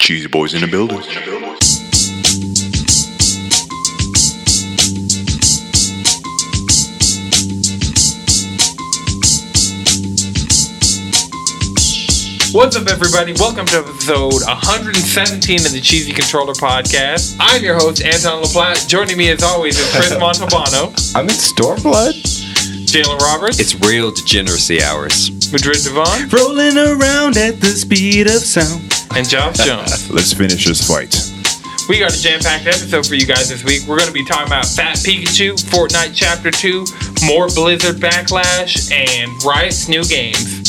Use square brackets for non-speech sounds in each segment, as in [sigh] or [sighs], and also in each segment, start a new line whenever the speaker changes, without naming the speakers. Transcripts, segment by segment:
Cheesy Boys in the building.
What's up, everybody? Welcome to episode 117 of the Cheesy Controller Podcast. I'm your host, Anton LaPlatte. Joining me, as always, is Chris Montalbano,
I'm in Stormblood.
Jalen Roberts,
It's real degeneracy hours.
Madrid Devon,
Rolling around at the speed of sound.
and Josh Jones.
Let's finish this fight.
We got a jam-packed episode for you guys this week. We're going to be talking about Fat Pikachu, Fortnite Chapter 2, more Blizzard backlash, and Riot's new games.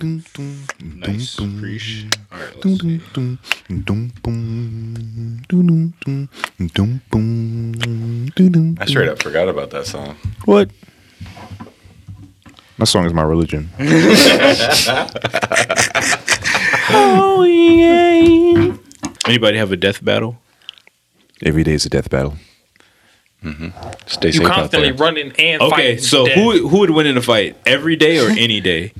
Nice. All right, let's see.
What?
I straight up forgot about that song.
My song is my religion.
Anybody have a death battle?
Every day is a death battle.
Stay
You
safe out
constantly
there.
running and
Okay,
fighting.
so
death.
who who would win in a fight? Every day or any day?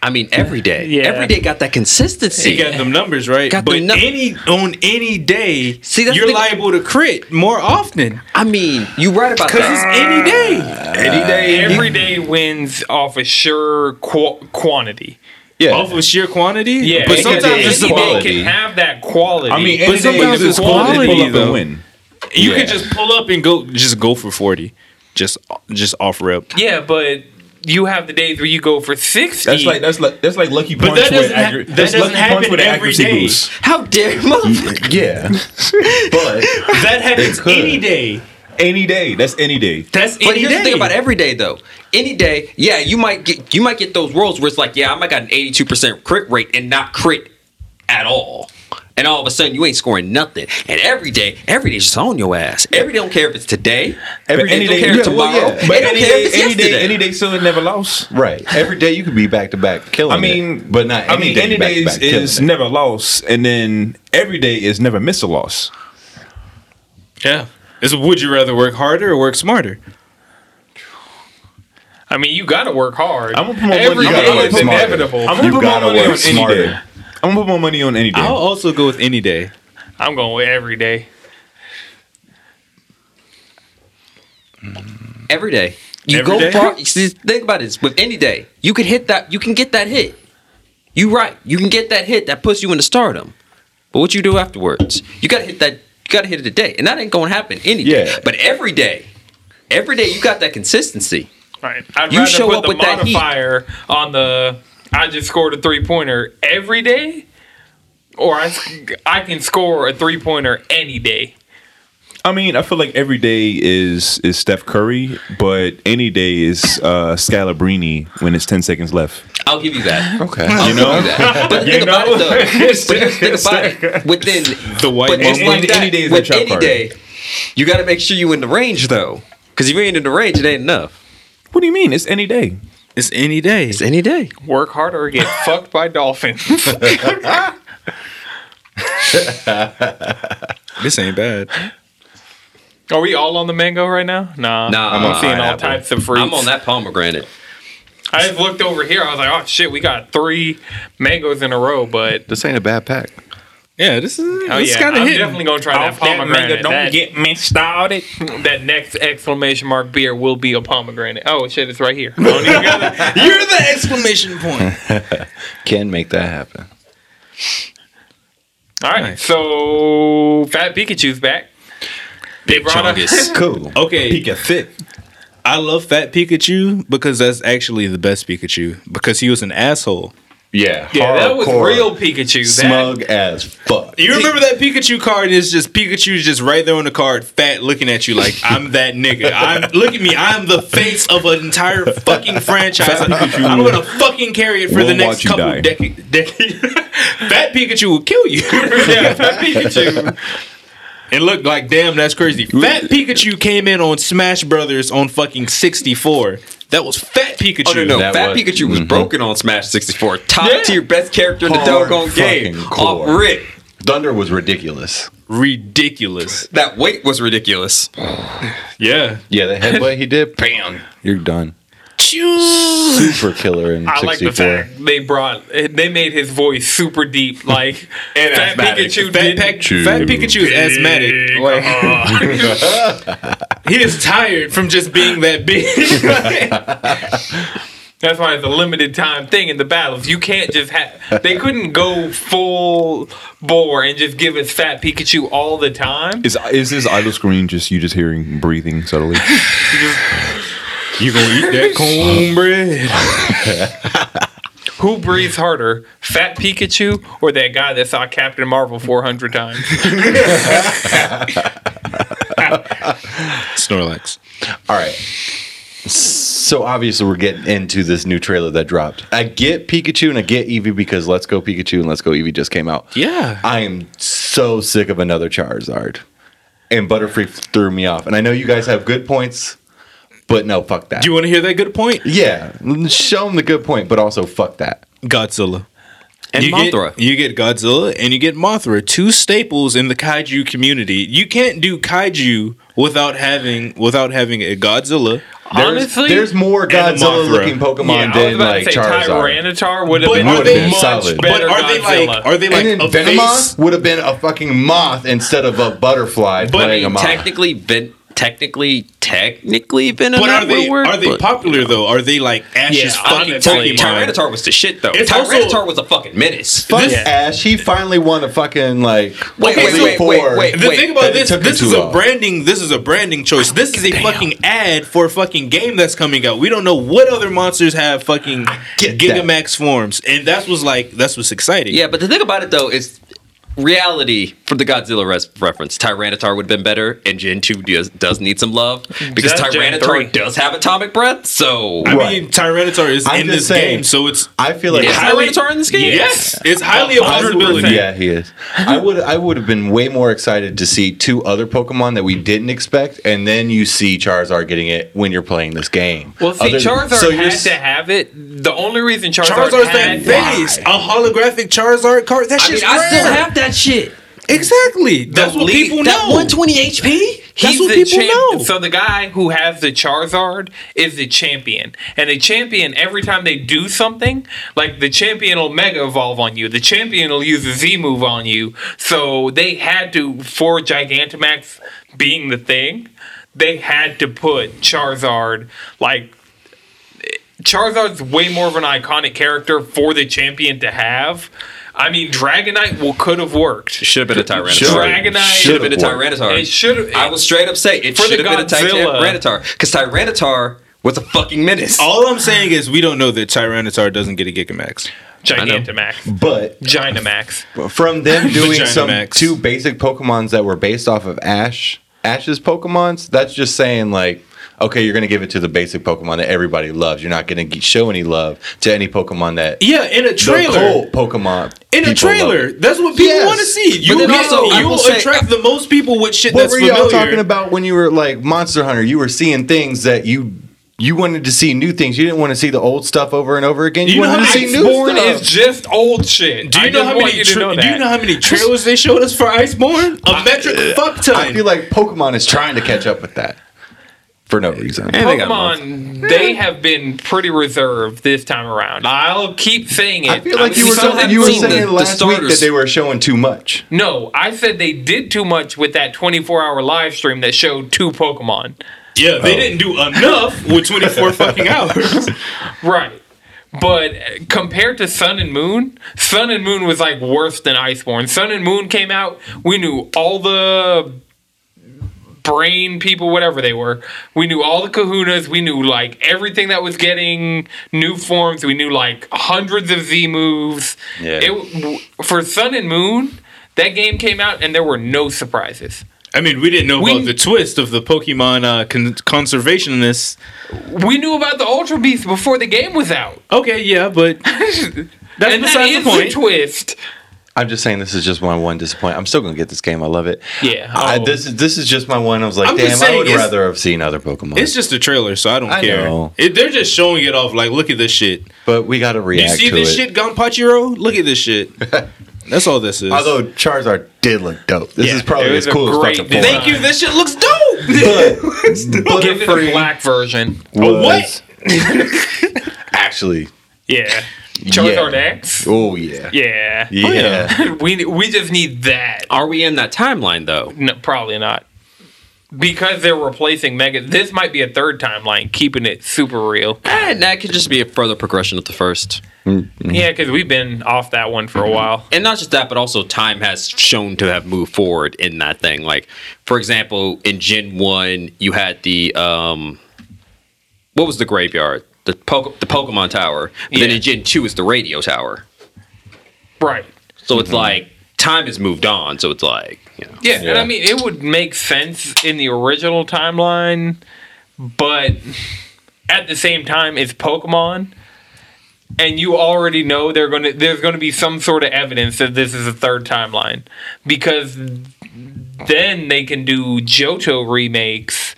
I mean, every [laughs] day.
Yeah.
Every day got that consistency.
You got them numbers right,
Got
but
them num-
any on any day,
See, that's
you're
the-
liable to crit more often
I mean, you right about
because it's
that.
any day.
Any day.
Every day wins off a sure qu- quantity.
Off of sheer quantity,
Yeah,
But
it
sometimes
can,
it's
any
the
day
quality.
can have that quality.
I mean,
But
any day
sometimes
is
it's
a quality.
quality,
Pull up
though.
and win.
You
Yeah.
can just pull up and go, just go for forty, just just off rep.
yeah, but you have the days where you go for sixty.
That's like that's like that's like lucky
But
punch
that
with
doesn't ha-
accuracy.
that
That's lucky
doesn't
punch
happen
with
every
accuracy
day.
boost.
How dare motherfucker.
Yeah, [laughs] but
That happens
could.
any day.
any day. That's any day.
That's
But
any
here's the
day.
thing about every day though. Any day, yeah, you might get you might get those rolls where it's like, yeah, I might got an 82% crit rate and not crit at all. And all of a sudden you ain't scoring nothing. And every day, every day's just on your ass. Every day don't care if it's today. Every
But
day
any
don't
day-
care if
yeah, well,
tomorrow.
yeah.
It
But
don't
any
care
day-
if it's
any day-
yesterday.
any day, so it never lost.
Right. Every day you could be back to back killing.
I mean,
it, but not. Any
I mean,
day
any
you back
day
to
is,
back killing
is
it.
never lost, and then every day is never miss a loss.
yeah. Is would you rather work harder or work smarter?
I mean, you got to work hard.
I'm gonna put my
Every
money-
you gotta
day
work
is
smarter.
inevitable.
I'm
I'm,
gonna
You
put my
gotta
money
work
on any
smarter.
day. I'm gonna put my money on any day.
I'll also go with any day.
going with every day.
Every day. You
Every
go
day?
far. See, think about this. With any day, you can hit that. You can get that hit. You right. You can get that hit that puts you into stardom. But what you do afterwards, you gotta hit that. You gotta hit it today, and that ain't gonna happen any day.
Yeah.
But every day, every day you got that consistency.
Right. I'd
You
rather
show
put
up
the
with that heat.
modifier on the. I just scored a three pointer every day, or I s- I can score a three pointer any day.
I mean, I feel like every day is is Steph Curry, but any day is uh Scalabrini when it's ten seconds left.
I'll give you that.
okay.
[laughs]
I'll you know. Give you that. But think about it though. But here's the thing about it. Within
The white
but
man.
just
any-
like that,
any day is
with
a trap
any
party.
day, you gotta make sure you in the range though. Because if you ain't in the range, it ain't enough.
What do you mean? It's any day.
It's any day.
It's any day.
Work hard or get fucked by dolphins.
This ain't bad.
Are we all on the mango right now? Nah.
Nah,
I'm,
I'm on
seeing all
pineapple.
types of fruits.
I'm on that pomegranate.
I just looked over here. I was like, oh shit, we got three mangoes in a row, but
This ain't a bad pack.
Yeah, this is.
oh
this
yeah,
kind of
I'm
hit.
definitely gonna try that pomegranate. that,
me started.
that next exclamation mark beer will be a pomegranate. Oh shit, it's right here. I don't even gotta-
You're the exclamation point.
Can make that happen.
all right, so Fat Pikachu's back. They brought up
Cool.
[laughs] Okay,
Pika thick.
I love Fat Pikachu because that's actually the best Pikachu because he was an asshole.
Yeah.
[laughs] yeah, that was
Hardcore.
real Pikachu. That,
Smug as fuck.
You remember that Pikachu card is just Pikachu's just right there on the card, fat, looking at you like I'm that nigga. I'm look at me. I'm the face of an entire fucking franchise. I'm gonna fucking carry it for the
will
next
watch you
couple
die.
decades. [laughs] fat Pikachu will kill
[laughs]
you.
yeah, Fat Pikachu.
and look like damn, that's crazy. Fat Pikachu came in on Smash Brothers on fucking 64. That was Fat Pikachu.
Oh no, no.
That
Fat
was- Mm-hmm.
Pikachu was broken on Smash 64. Top
Yeah.
tier, best character in the
Hard
doggone game.
fucking core.
Off rip.
Thunder was ridiculous.
Ridiculous.
That weight was ridiculous.
Yeah.
Yeah, the headway he did, bam, you're done. Super killer in
I like the
64.
fact they brought they made his voice super deep, like
And
Fat Pikachu
Fat,
didn't.
Pac- Fat Pikachu is asthmatic. Like- [laughs] he is tired from just being that big.
That's why it's a limited time thing in the battles. You can't just
[laughs]
have. They couldn't go full bore and just give us Fat Pikachu all the time.
Is is this idle screen just you just hearing breathing
[laughs]
subtly?
you gonna eat that cornbread?
Who breathes harder, Fat Pikachu or that guy that saw Captain Marvel 400
[laughs]
times?
Snorlax.
All right. So obviously we're getting into this new trailer that dropped. I get Pikachu and I get Eevee because Let's Go Pikachu and Let's Go Eevee just came out.
Yeah.
I am so sick of another Charizard. And Butterfree threw me off. And I know you guys have good points, but no, fuck that.
Do you want to hear that good point?
yeah, show them the good point, but also fuck that.
Godzilla.
And
you
Mothra.
Get, you get Godzilla and you get Mothra, two staples in the kaiju community. You can't do kaiju without having without having a Godzilla.
Honestly,
There's more
And
Godzilla looking
Mothra.
Pokemon than like Charizard.
Tyranitar would have
But
been
are
much
would've
they
been
much
solid.
But
better.
are they like are they like
and then
a face?
Venomoth would have been a fucking moth instead of a butterfly
But
playing a moth.
Technically, been technically, technically been
But are
another
they
word.
are they
but-
popular though? Are they like Ash's
Yeah,
fucking
honestly,
Pokemon?
Tyranitar was the shit though.
It's
Tyranitar
also-
was a fucking menace.
Fuck
This-
Ash. He finally won a fucking like.
Wait,
wait,
Elite
wait, wait,
Four.
wait, wait.
The thing about
it
this,
took
this
too
is a
long.
branding. This is a branding choice. This is a fucking ad for a fucking game that's coming out. We don't know what other monsters have fucking
get
Gigamax forms, and that was like that's what's exciting.
Yeah, but the thing about it though is reality for the Godzilla res- reference. Tyranitar would have been better, and Gen two does, does need some love because
Just Gen three.
Tyranitar does have atomic breath. So
I
Right.
mean Tyranitar is
I'm
in
just
this
saying.
game, so it's
I feel like
is
Yeah. highly-
Tyranitar in this game?
yes, it's highly a
I would-
possibility.
yeah, he is. I would I would have been way more excited to see two other Pokemon that we didn't expect, and then you see Charizard getting it when you're playing this game.
Well, see,
Other-
Charizard
so you're
had
s-
to have it. The only reason Charizard,
Charizard's
had
that
that
face, a holographic Charizard card. That
I mean,
shit's
I still
rare.
have that shit.
exactly. That's
The
what
lead-
people
That
know.
120 HP.
That's
He's
what
the
people know.
So the guy who has the Charizard is the champion, and the champion every time they do something, like the champion will Mega Evolve on you, the champion will use a Z move on you. So they had to, for Gigantamax being the thing, they had to put Charizard like Charizard's way more of an iconic character for the champion to have. I mean, Dragonite will could have worked.
Should have been a Tyranitar.
Dragonite-
should have been a Tyranitar.
It should.
I will straight up say it
For the
should have been a
Godzilla.
Tyranitar because Tyranitar was a fucking menace.
All I'm saying is we don't know that Tyranitar doesn't get a Gigamax.
Gigantamax.
but
Gigantamax.
from
[laughs]
them doing
Vagina
some
Max.
two basic Pokemons that were based off of Ash Ash's Pokemons, that's just saying like, okay, you're gonna give it to the basic Pokemon that everybody loves. You're not gonna g- show any love to any Pokemon that
Yeah, in a trailer.
the cult Pokemon
in a
people love.
trailer. That's what people
Yes.
want to see. You
then
hit,
also, I
you
will say-
attract the most people with shit
What
that's
were
familiar.
y'all talking about when you were like Monster Hunter? You were seeing things that you you wanted to see new things. You didn't want to see the old stuff over and over again. You,
You know
wanted
how
to see
many
new
Iceborne
stuff.
is just old shit.
Do you
I
know
just
how
want
many?
you to
tra-
know
do you
that.
know [laughs] how many trailers they showed us for Iceborne? A metric fuck ton.
I feel like Pokemon is trying to catch up with that for no reason.
And they got
Pokemon, they have been pretty reserved this time around. I'll keep saying it.
I feel like
I'm
you were
still
talking, you were
seen the-
saying
the
last week that
starters.
they were showing too much.
No, I said they did too much with that 24 hour live stream that showed two Pokemon.
yeah, they didn't do enough with 24 [laughs] fucking hours.
Right. But uh, compared to Sun and Moon, Sun and Moon was like worse than Iceborne. Sun and Moon came out, we knew all the brain people, whatever they were. We knew all the kahunas. We knew like everything that was getting new forms. We knew like hundreds of Z moves.
Yeah.
It, for Sun and Moon, that game came out and there were no surprises.
I mean, we didn't know
We-
about the twist of the Pokemon uh, con- conservationists.
We knew about the Ultra Beast before the game was out.
Okay, yeah, but that's
and that
besides
is
the
the,
point.
twist.
I'm just saying this is just my one disappointment. I'm still gonna get this game. I love it.
Yeah.
I,
Oh.
this is this is just my one. I was like,
I'm just
damn, I
saying
would
it's-
rather have seen other Pokemon.
It's just a trailer, so I don't
I
care.
know.
It, they're just showing it off. Like, look at this shit.
but we gotta
You
react
see
to
this
it.
shit, Gunpachiro? Look at this shit. That's all this is.
Although Oh, Charizard did look dope. This
Yeah,
is
it
probably
was
as
a
cool as
great
fucking
design.
Pokemon.
Thank you. This shit looks dope.
Give it a
Butterfree
black version.
was
what?
Actually,
Yeah. Charizard
Yeah.
X.
oh yeah.
Oh, Yeah.
Yeah.
[laughs] we we just need that.
Are we in that timeline though?
No, probably not. Because they're replacing Mega. This might be a third timeline, keeping it super real.
And that Eh, could just be a further progression of the first.
Mm-hmm.
Yeah, because we've been off that one for a while.
and not just that, but also time has shown to have moved forward in that thing. Like, for example, in Gen One, you had the um, what was the graveyard? The Poke- the Pokemon Tower. But Then
Yeah.
in Gen Two, it's the Radio Tower.
Right.
So it's like time has moved on. So it's like you know,
Yeah, and I mean, it would make sense in the original timeline, but at the same time, it's Pokemon, and you already know they're gonna there's gonna be some sort of evidence that this is a third timeline because then they can do Johto remakes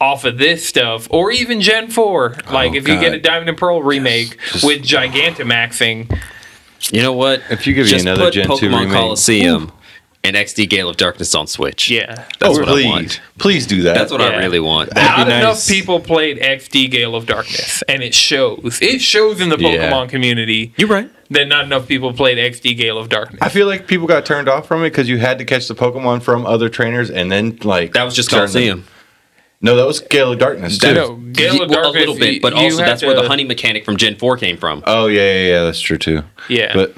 off of this stuff or even Gen 4 like if you get
God.
a Diamond and Pearl remake with Gigantamaxing
you know what?
If you give me
just
another
put
Gen 2
Pokemon
remake.
Coliseum and XD Gale of Darkness on Switch.
yeah
that's
oh,
what
please,
I want.
please do that.
That's what
Yeah.
I really want.
Not
be
enough
nice.
people played XD Gale of Darkness, and it shows. It shows in the Pokemon
Yeah.
community
[laughs] You're right.
that not enough people played XD Gale of Darkness.
I feel like people got turned off from it because you had to catch the Pokemon from other trainers, and then like
That was just
turn them-
Coliseum.
No, that was Gale of Darkness too.
No, Gale
Well,
of Darkness,
a little bit, but
you
also
had
that's where
to-
the honey mechanic from Gen 4 came from.
Oh yeah, yeah, yeah, that's true too.
Yeah.
but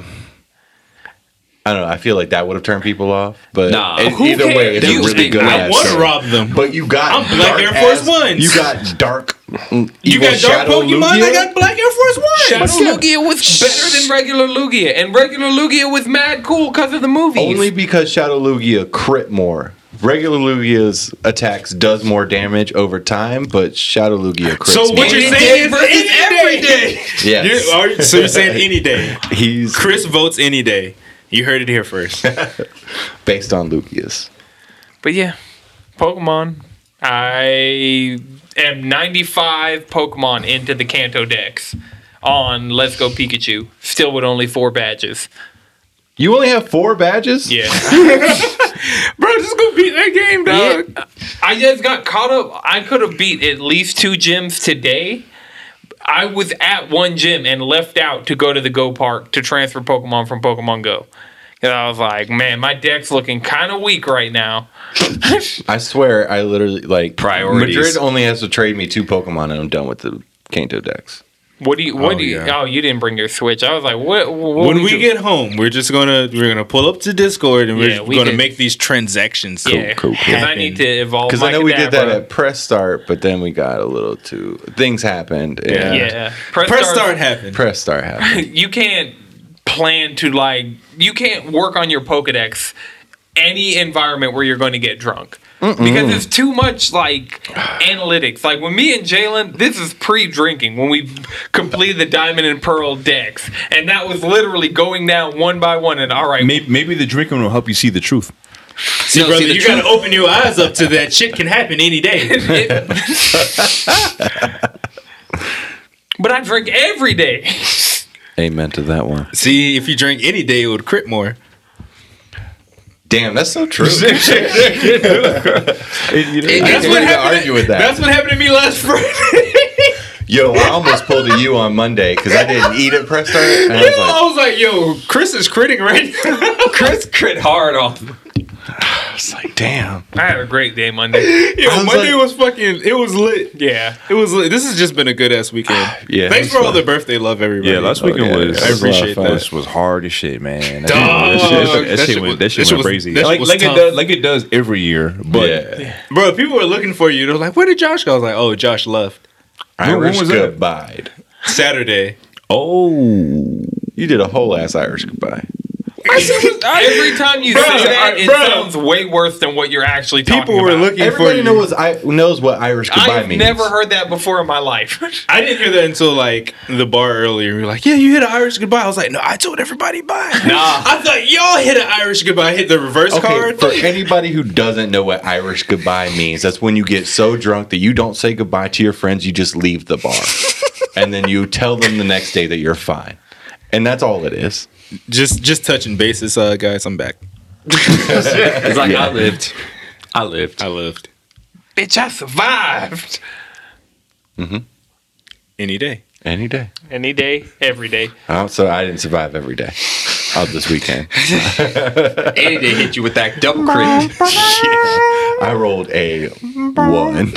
I don't know. I feel like that would have turned people off. But
Nah.
e-
Who
either way,
cares?
it's a
You
really
think
good.
I
I
ass
want to
game.
rob them.
But you got
I'm Black
dark
Air Force
ass-
Ones.
You got dark.
You got dark Pokemon. I got Black Air Force One.
Shadow Lugia was better than regular Lugia, and regular Lugia was mad cool because of the movies.
Only because Shadow Lugia crit more. Regular Lugia's attacks does more damage over time, but Shadow Lugia crits.
So
more.
what you're
Any day
saying is
versus
any
every
day.
Yes.
You're- are you- so you're saying any day.
He's
Chris votes any day. You heard it here first.
based on Lugia's.
But yeah, Pokemon. I am 95 Pokemon into the Kanto decks on Let's Go Pikachu, still with only four badges.
You only have four badges?
Yeah.
[laughs] Bro, just go beat that game,
Yeah, I just got caught up. I could have beat at least two gyms today. I was at one gym and left out to go to the Go Park to transfer Pokemon from Pokemon Go. And I was like, man, my deck's looking kind of weak right now.
I swear, I literally like
Priorities.
Madrid only has to trade me two Pokemon, and I'm done with the Kanto decks.
What do you? What
Oh,
do you?
yeah.
Oh, you didn't bring your Switch. I was like, what? what
When
did
we
you-
get home, we're just gonna we're gonna pull up to Discord and we're
Yeah,
just
we
gonna
did.
make these transactions.
yeah,
Cool, cool, cool.
'cause I need to evolve.
Because
my
I know we did that
Kadabra.
at press start, but then we got a little too things happened. And
yeah. Press,
Press
start-
start happened.
Press
[laughs]
start happened.
you can't plan to like you can't work on your Pokedex any environment where you're going to get drunk because it's too much like analytics. Like when me and Jalen, this is pre-drinking when we completed the Diamond and Pearl decks, and that was literally going down one by one. And all right,
Maybe, maybe the drinking will help you see the truth.
See,
No,
brother,
see, the
you
truth-
gotta open your eyes up to that. Shit can happen any day.
but I drink every day. [laughs]
Amen to that one.
See, if you drink any day, it would crit [laughs] more.
Damn, that's so true.
That's
I
what
can't even
happened.
argue with that.
That's what happened to me last Friday. [laughs]
Yo, I almost pulled a U on Monday because I didn't eat at press start. And I was
I
like,
was like, yo, Chris is critting right now.
Chris crit hard off.
I was like, damn.
I had a great day Monday.
Yo,
was
Monday
like-
was fucking. It was lit.
Yeah,
It was lit. This has just been a good ass weekend.
Yeah,
Thanks
it was
for all
fun.
the birthday love, everybody.
Yeah, last weekend
yeah,
was.
I appreciate
was-
that.
was hard as shit, man. That shit-
Dog,
that shit-
that
That
shit
shit went.
was-
That shit
that shit
went
was-
crazy.
that shit
Like
was
like it
tough.
does. Like it does every year. But
Yeah.
bro. People were looking for you. They're like, "Where did Josh go?" I was like, "Oh, Josh left
When- when
Irish
was that?
goodbye.
Saturday."
oh,
You did a whole ass Irish goodbye.
every time you say that, it
bro.
sounds way worse than what you're actually talking
[laughs] People were
about.
looking for
Everybody
you.
knows I knows what Irish goodbye
I've
means.
never heard that before in my life. [laughs]
I didn't hear that until like the bar earlier. We were like, "Yeah, you hit an Irish goodbye." I was like, "No, I told everybody bye." [laughs] Nah, I thought y'all hit an Irish goodbye. Hit the reverse
Okay,
card.
for anybody who doesn't know what Irish goodbye means, that's when you get so drunk that you don't say goodbye to your friends, you just [laughs] leave the bar. and then you tell them the next day that you're fine. And that's all it is.
just just touching bases, uh, guys. I'm back.
It's like I lived. I [laughs] lived.
I lived
Bitch, I survived.
any day.
Any day.
Any day, every day.
Oh, so I didn't survive every day of this weekend.
And they hit you with that double crit.
I rolled a [laughs] one.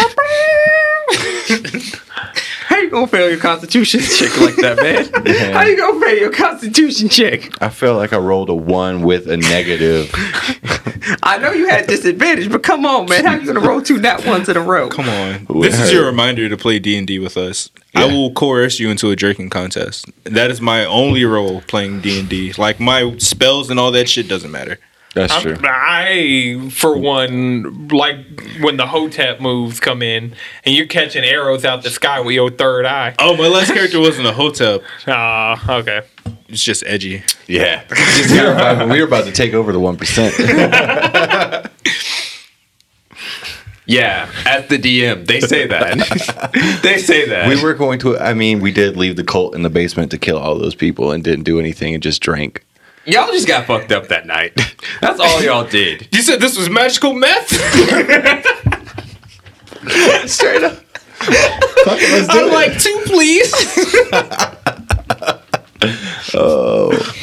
How you gonna fail your constitution check like that, man? How you gonna fail your constitution check?
I felt like I rolled a one with a negative.
I know you had disadvantage, but come on, man. How you gonna roll two nat ones in a row?
Come
[laughs]
on,
With
this is
her.
your reminder to play D and D with us. I will coerce you into a drinking contest. That is my only role playing D and D. Like my spells and all that shit doesn't matter.
That's
I'm-
true.
I, for one, like when the Hotep moves come in and you're catching arrows out the sky with your third eye.
Oh, my last character wasn't a hotep.
Ah, okay.
It's just edgy.
[laughs] Yeah. we, were about, we were about to take over the 1%.
Yeah, at the DM. They
[laughs]
say that. they say that.
we were going to, I mean, we did leave the cult in the basement to kill all those people and didn't do anything and just drank.
y'all just got fucked up
[laughs]
that night. That's all y'all did.
You said this was magical meth?
[laughs]
Straight up.
I'm like, two, please.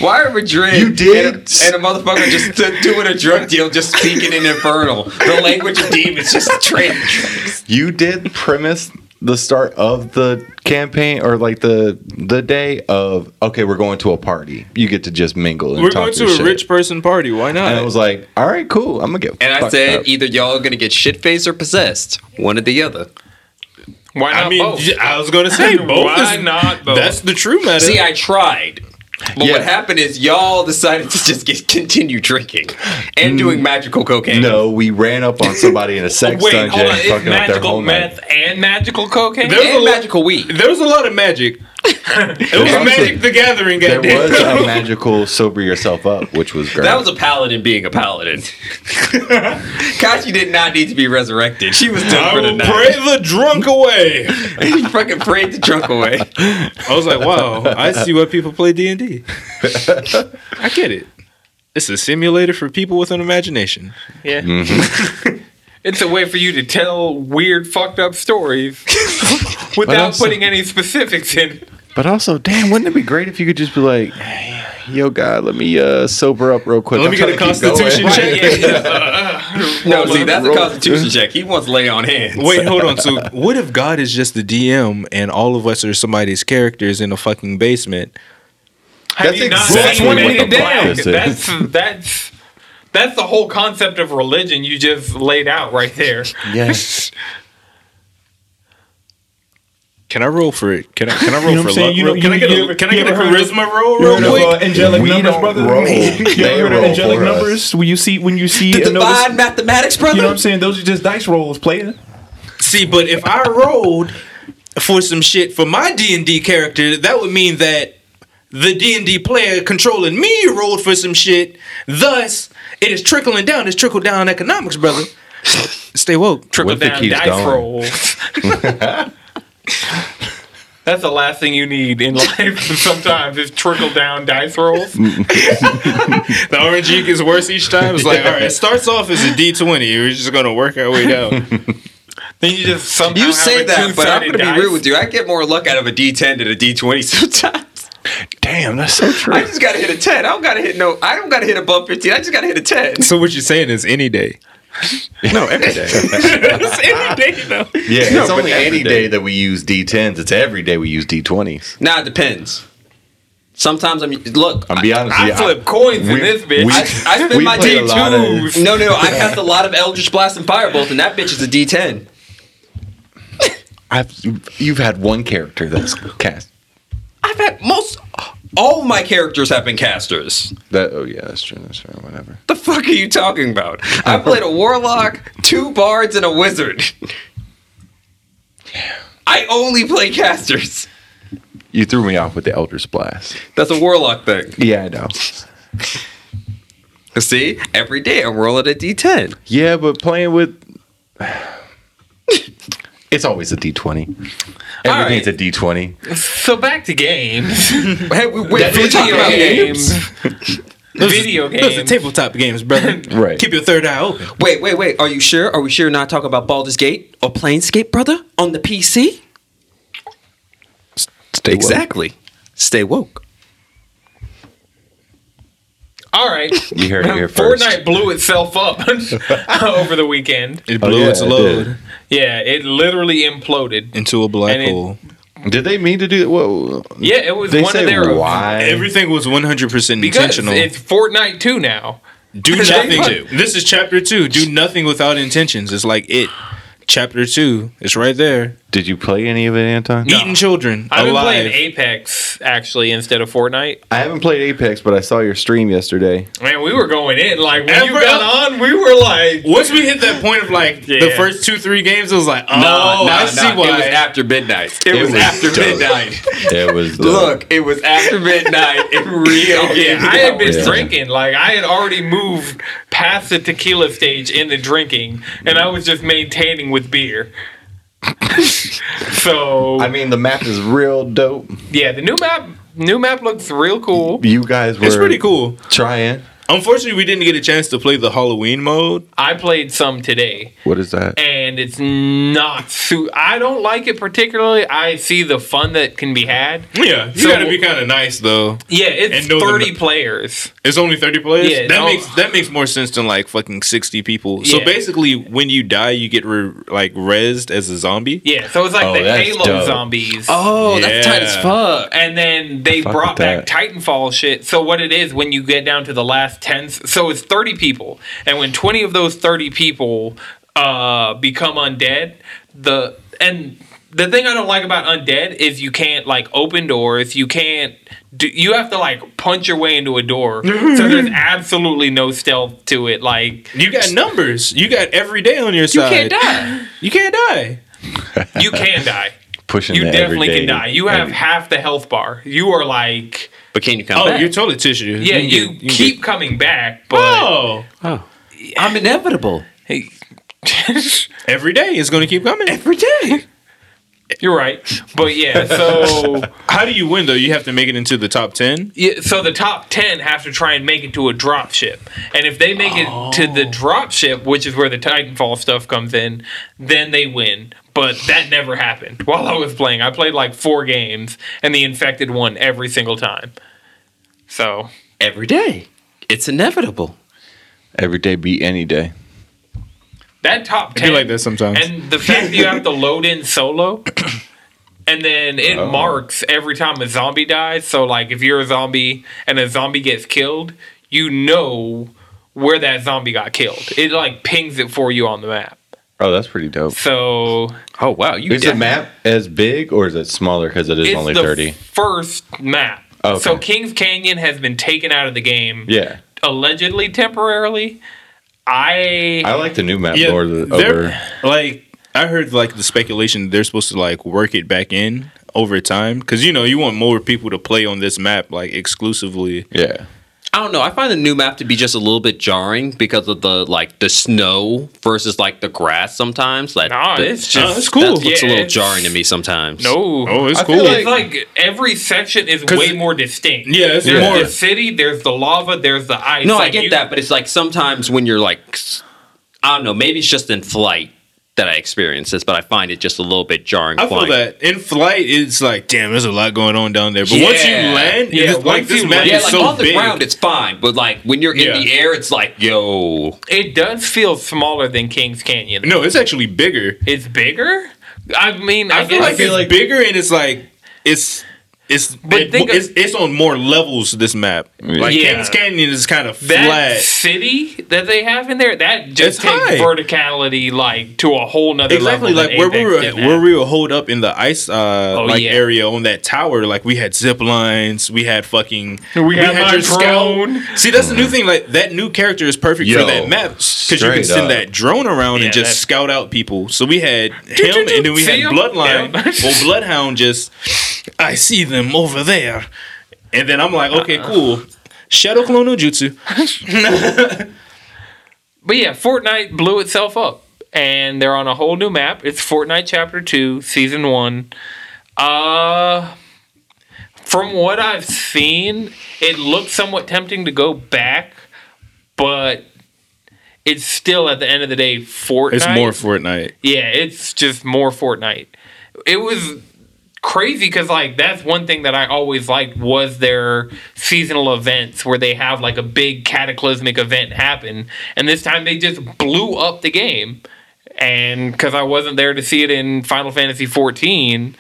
Why are Madrid
You did?
and a, and a motherfucker just t- doing a drug deal, just speaking in infernal? The language of demons, just [laughs] trans.
You did premise the start of the campaign or like the the day of okay we're going to a party you get to just mingle and
We're
talk
going to
your
a
shit.
rich person party. Why
and I
not?
was like all right cool I'm gonna get
And I
fucked
said,
up.
either y'all are gonna get shit faced or possessed, one or the other.
Why not
I mean,
both?
j- I was [laughs] going to say both.
Why
is-
not both?
That's the true matter.
See, I tried. But
Yeah.
what happened is y'all decided to just get, continue drinking and doing magical cocaine.
Mm. no we ran up on somebody in a sex
Wait,
dungeon
hold on.
and
It's
fucking up their
magical
whole night
meth and magical cocaine?
There-
And magical weed.
there was a lot
[laughs]
of magic. it was
was-
Magic the Gathering.
there
Goddamn.
was a magical sober yourself up which was great
That was a paladin being a paladin.
[laughs]
Kashi did not need to be resurrected. She was done
I
for the
will
[laughs] night.
pray the drunk away.
She fucking prayed the drunk away.
I was like, wow, I see why people play D and [laughs] D. I get it. It's a simulator for people with an imagination.
yeah. it's a way for you to tell weird, fucked up stories [laughs] without
also-
putting any specifics in.
but also damn wouldn't it be great if you could just be like "Hey, yo god let me uh sober up real quick
Let
I'm
me get
trying to
a
keep going."
constitution
[laughs] Right,
check.
yeah, yeah.
No, see, that's a constitution check. He wants lay on hands.
Wait, hold on. So, what if God is just the DM and all of us are somebody's characters in a fucking basement?
Have
That's
you not
exactly
seen
what
Made
the
in Black?
Black is.
That's that's that's the whole concept of religion you just laid out right there.
yes
Can I roll for it? Can I? Can I roll
know what
for
I'm saying?
luck?
You know-
real- can I
you-
get
you
a?
ever-
Can I
you
get a
ever heard of-
charisma roll?
You
Real
ever heard
quick.
of uh, angelic
We
numbers,
don't
brother? [laughs]
roll.
you
They
ever heard of
roll
angelic
for us.
numbers? When you see, when you see, and notice-
Divine mathematics, brother.
you know what I'm saying? Those are just dice rolls, player.
See, but if I rolled for some shit for my D and D character, that would mean that the D and D player controlling me rolled for some shit. Thus, it is trickling down. It's trickle down economics, brother. Stay woke.
Trickle
What if it
down
keeps
dice
going?
rolls.
[laughs]
That's the last thing you need in [laughs] life. Sometimes is trickle down dice rolls.
Mm.
The RNG gets worse each time. It's like, all right, it starts off as a D twenty. We're just gonna work our way down.
Then you just somehow
You
have
say
a
that, but
two-sided
I'm going to be
dice.
real with you. I get more luck out of a D10 than a D20 sometimes.
damn that's so true
I just got to hit a 10. I don't got to hit no. I don't got to hit above 15. I just got to hit a 10.
so what you're saying is any day.
no every day
Any day though.
Yeah, it's only any day. that we use D10s. It's every day we use D20s.
Nah, it depends. Sometimes I'm look.
I'm be honest
I
with you.
flip coins in
we-
this bitch.
we-
I, I spend
we
my
played a lot of-
D2s. No, no, I cast a lot of Eldritch Blast and Firebolt, and that bitch is a D10.
I, have you've had one character that's cast.
I've had most. All my characters have been casters.
That oh yeah, that's true. That's right. Whatever.
The fuck are you talking about? I played a warlock, two bards, and a wizard. I only play casters.
You threw me off with the Elder's Blast.
That's a warlock thing.
Yeah, I know.
See, every day I'm rolling a D10.
Yeah, but playing with [sighs] It's always a D twenty. Everything's a D twenty.
So back to
[laughs]
games.
Hey, we, we,
Video games. Video
Those are
games.
tabletop games, brother.
Right.
Keep your third eye open.
Wait, wait, wait. Are you sure? Are we sure not talking about Baldur's Gate or Planescape, brother? On the PC?
Stay
Exactly. Stay woke.
All right.
You heard it here first.
Fortnite blew itself up [laughs] over the weekend.
It
Oh,
blew
yeah,
its
it
load
did.
Yeah, it literally imploded.
into a black
And it-
hole.
Did they mean to do? Whoa.
Yeah, it was
They
one of
say
their
why?
Everything was 100%
because
intentional.
it's Fortnite 2 now.
do
They
nothing.
put-
This is chapter two. Do nothing without intentions. It's like it. Chapter two. It's right there.
Did you play any of it, Anton?
Eating children
I've been
alive.
playing Apex actually instead of Fortnite.
I haven't played Apex, but I saw your stream yesterday.
Man, we were going in like when you
Ever-
got on, we were like,
Once we hit that point of like the
Yeah.
first two three games, it was like, oh,
No,
I see why.
It was after midnight. It,
was
was,
was
after
after dope.
midnight.
It [laughs] was dope.
Look, it was after midnight. [laughs] It really.
yeah, I had been
Yeah.
drinking. Like I had already moved past the tequila stage in the drinking, and I was just maintaining with beer. so
I mean, the map is real dope.
yeah, the new map, new map looks real cool.
You guys were
It's pretty cool.
Trying.
Unfortunately, we didn't get a chance to play the Halloween mode.
I played some today,
What is that?
and it's not. Su- I don't like it particularly. I see the fun that can be had.
Yeah, you
So-
gotta be kind of nice though.
Yeah, it's
And know the
thirty
ma-
players.
It's only thirty players.
Yeah,
that
no-
makes that makes more sense than like fucking sixty people. So
Yeah.
basically, when you die, you get re- like rezzed as a zombie.
Yeah, so it's like
Oh,
the
that's
Halo
dope.
zombies.
Oh, that's tight as
Yeah.
fuck.
And then they
Fuck
brought back
with
Titanfall shit. So what it is when you get down to the last 10 so it's 30 people and when 20 of those 30 people uh become undead, the and the thing I don't like about undead is you can't like open doors, you can't do, you have to like punch your way into a door. so there's absolutely no stealth to it like
You got numbers. You got every day on your
you can't
side.
die.
You can't die.
You
[laughs]
can die.
Pushing
You
the
definitely
everyday-
can die. You have
every-
half the health bar. You are like,
But can you come
Oh,
back?
your toilet tissue.
yeah,
can
you,
get- can
keep
get-
coming back, but
Oh,
I'm inevitable.
every day is going to keep coming.
Every day.
[laughs] you're right. But yeah,
[laughs]
so
How do you win though? You have to make it into the top ten.
yeah, so the top ten have to try and make it to a drop ship, and if they make it to
Oh.
the drop ship, which is where the Titanfall stuff comes in, then they win. But that never happened [laughs] while I was playing. I played like four games, and the infected won every single time. So
Every day. It's inevitable.
Every day beat any day.
that top
I
ten
do like that sometimes.
And the fact that you have to load in solo, and then it
Oh.
marks every time a zombie dies. So, like, if you're a zombie and a zombie gets killed, you know where that zombie got killed. It like pings it for you on the map.
Oh, that's pretty dope.
So
Oh wow, you
Is the map as big or is it smaller because it is
it's
only
the
30?
first map.
Okay.
So Kings Canyon has been taken out of the game,
Yeah.
allegedly temporarily. I,
I like the new map more than
they're-
over.
like I heard like the speculation they're supposed to like work it back in over time because you know you want more people to play on this map like exclusively.
Yeah.
I don't know. I find the new map to be just a little bit jarring because of the like the snow versus like the grass sometimes. Like
Nah,
the-
it's just-
Nah, it's cool.
That looks
Yeah,
a little
it's-
jarring to me sometimes.
no.
Oh, it's
I
cool.
feel
It's like every section is way more distinct.
yeah, it's
There's
more.
the city, there's the lava, there's the ice.
No, I
Like,
get
you-
that, but it's like sometimes when you're like, s- I don't know, maybe it's just in flight that I experience this, but I find it just a little bit jarring.
I feel
flying.
that in flight it's like damn, there's a lot going on down there. But once you
Yeah.
land,
Yeah,
yeah, like
once you
this map
land-
Yeah,
is
like
so
on the
big.
ground, it's fine, but like when you're in
Yeah.
the air, it's like, yo,
It does feel smaller than Kings Canyon.
no, it's actually bigger.
It's bigger? I mean, I,
I feel
guess
like it's bigger and it's like it's. It's,
But
it-
think of-
it's it's on more levels this map. Like
Yeah.
Kings Canyon is kind of
that
flat.
city that they have in there, that just
It's
takes
high.
verticality like to a whole nother
exactly
level.
like
than
where we
Apex
were
did that.
where we were holed up in the ice uh
Oh,
like
yeah.
area on that tower like we had zip lines we had fucking
We had my drone.
scout see that's the new thing like that new character is perfect
Yo,
for that map because you can
straight
send
up.
that drone around
Yeah,
and just
that-
scout out people so
[laughs]
we had him and then we
See him?
had bloodline
Yeah.
well bloodhound just i see them over there and then i'm like okay
Uh-huh.
cool shadow clone no jutsu
But yeah, Fortnite blew itself up. and they're on a whole new map. It's Fortnite Chapter Two, Season One. Uh, from what I've seen, it looks somewhat tempting to go back, but it's still at the end of the day Fortnite.
It's more Fortnite.
Yeah, it's just more Fortnite. It was crazy because like that's one thing that I always liked was their seasonal events where they have like a big cataclysmic event happen, and this time they just blew up the game. And because I wasn't there to see it in Final Fantasy 14,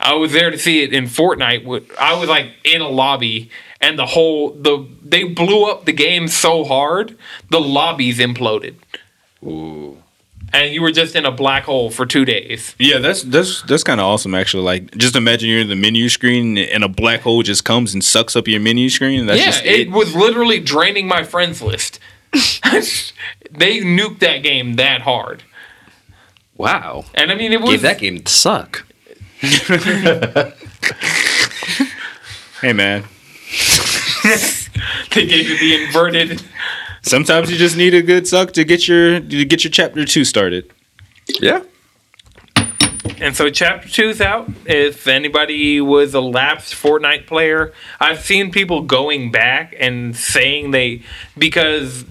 I was there to see it in Fortnite. Wh- I was like in a lobby, and the whole the they blew up the game so hard the lobbies imploded and you were just in a black hole for two days.
Yeah, that's that's that's kind of awesome actually. Like just imagine you're in the menu screen and a black hole just comes and sucks up your menu screen. That's
yeah,
just
it,
it.
was literally draining my friends list. [laughs] they nuked that game that hard,
Wow.
and I mean it was
Gave that game the suck.
Hey man,
[laughs] they gave it the inverted.
sometimes you just need a good suck to get your to get your chapter 2 started.
Yeah.
And so chapter two's out. If anybody was a lapsed Fortnite player, I've seen people going back and saying they because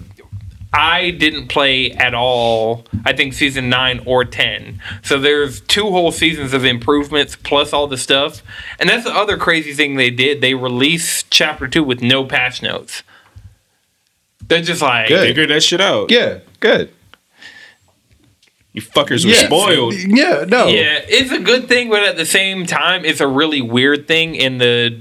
I didn't play at all. I think season nine or ten. So there's two whole seasons of improvements plus all the stuff. And that's the other crazy thing they did. They released chapter two with no patch notes. They're just like
Good.
Figure that shit out.
Yeah, good.
You fuckers were
Yeah.
spoiled.
Yeah,
Oh.
no.
Yeah, it's a good thing, but at the same time, it's a really weird thing. In the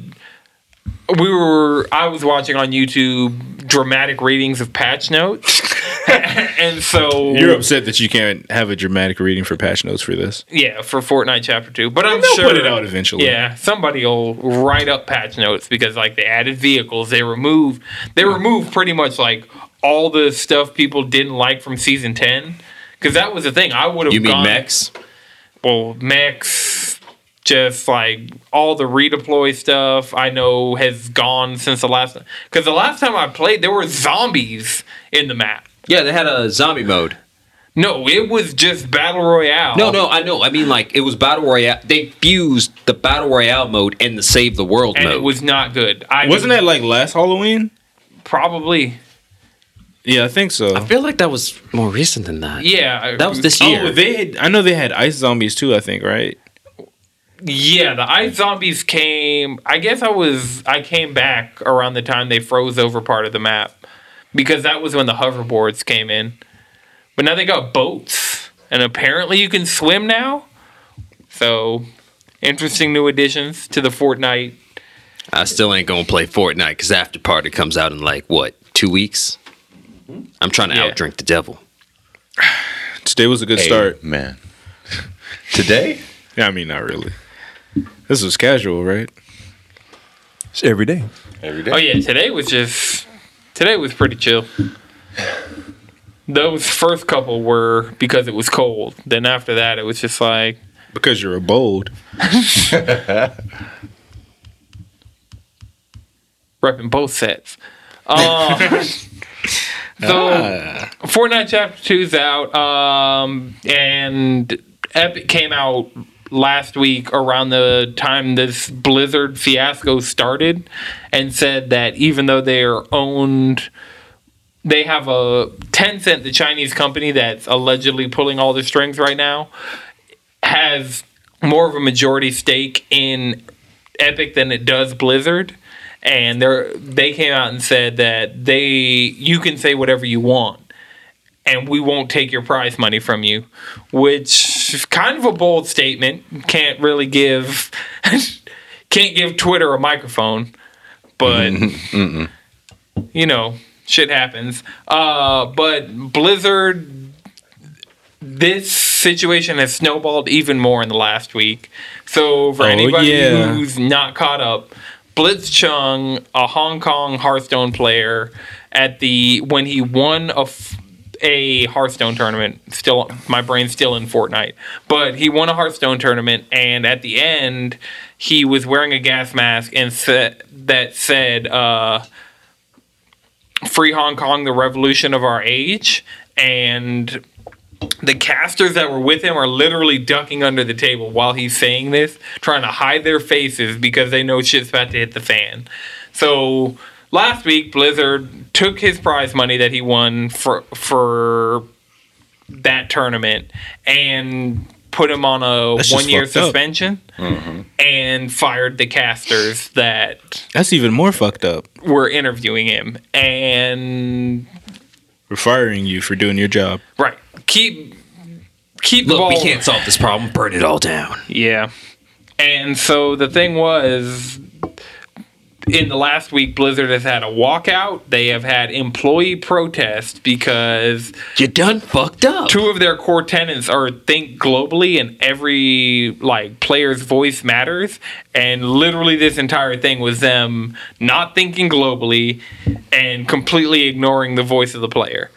we were, I was watching on YouTube dramatic readings of patch notes,
[laughs]
and so
You're upset that you can't have a dramatic reading for patch notes for this.
yeah for Fortnite Chapter Two. But I'm
They'll
sure
put it out eventually.
Yeah, somebody will write up patch notes because like they added vehicles, they removed they removed pretty much like all the stuff people didn't like from season ten. Because that was the thing I would have.
You mean
gone,
Max?
well, Max, just like all the redeploy stuff I know has gone since the last because the last time I played there were zombies in the map.
Yeah, they had a zombie mode.
No, it was just battle royale.
No, no, I know. I mean, like it was battle royale. They fused the battle royale mode and the save the world
and
mode.
it was not good. I
Wasn't that like last Halloween?
probably
Yeah, I think so.
I feel like that was more recent than that.
yeah
That was this year.
Oh, they had, I know they had ice zombies too, I think, right?
Yeah, the ice zombies came. I guess I was I came back around the time they froze over part of the map because that was when the hoverboards came in. But now they got boats, and apparently you can swim now. So, interesting new additions to the Fortnite.
I still ain't gonna play Fortnite because After Party comes out in like what two weeks. I'm trying to
Yeah.
outdrink the devil.
Today was a good
Hey,
start.
man. Today?
Yeah, I mean, not really. This was casual, right?
It's every day.
Every day.
Oh yeah, today was just today was pretty chill. Those first couple were because it was cold. Then after that, it was just like
Because you're a bold.
repping both sets. Um, so Fortnite Chapter Two's out, um, and Epic came out last week around the time this Blizzard fiasco started, and said that even though they are owned. They have a Tencent, the Chinese company that's allegedly pulling all the strings right now, has more of a majority stake in Epic than it does Blizzard. And they they came out and said that they you can say whatever you want, and we won't take your prize money from you, which is kind of a bold statement. Can't really give [laughs] can't give Twitter a microphone, but you know shit happens. Uh, but Blizzard this situation has snowballed even more in the last week. So for anybody
yeah.
who's not caught up, Blitz Chung, a Hong Kong Hearthstone player, at the when he won a f- a Hearthstone tournament, still my brain's still in Fortnite, but he won a Hearthstone tournament, and at the end he was wearing a gas mask and said that said. Uh, Free Hong Kong, the revolution of our age. And the casters that were with him are literally ducking under the table while he's saying this, trying to hide their faces because they know shit's about to hit the fan. So last week, Blizzard took his prize money that he won for for that tournament and put him on a
That's just
one year
fucked up.
suspension and fired the casters that
That's even more fucked up.
were interviewing him and
We're firing you for doing your job.
right keep keep the
Look, we
ball-
can't solve this problem. Burn it all down.
Yeah. And so the thing was in the last week Blizzard has had a walkout. They have had employee protests because
You done fucked up.
two of their core tenants are think globally and every like player's voice matters and literally this entire thing was them not thinking globally and completely ignoring the voice of the player.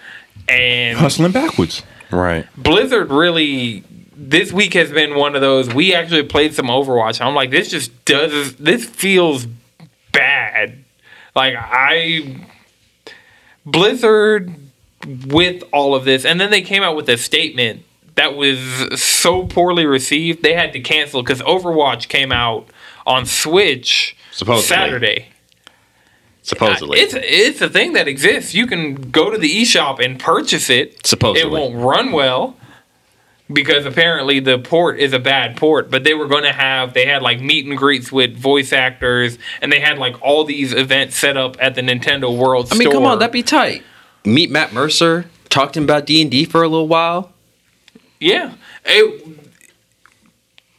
And
Hustling backwards.
Right.
Blizzard really this week has been one of those we actually played some Overwatch. I'm like this just does this feels bad. Like I Blizzard with all of this and then they came out with a statement that was so poorly received they had to cancel cuz Overwatch came out on Switch
Supposedly.
Saturday.
Supposedly.
It's it's a thing that exists. You can go to the eShop and purchase it.
Supposedly.
It won't run well because apparently the port is a bad port, but they were going to have they had like meet and greets with voice actors and they had like all these events set up at the Nintendo World
I mean, come
Store.
on, that'd be tight. Meet Matt Mercer. Talked to him about D and D for a little while.
Yeah. It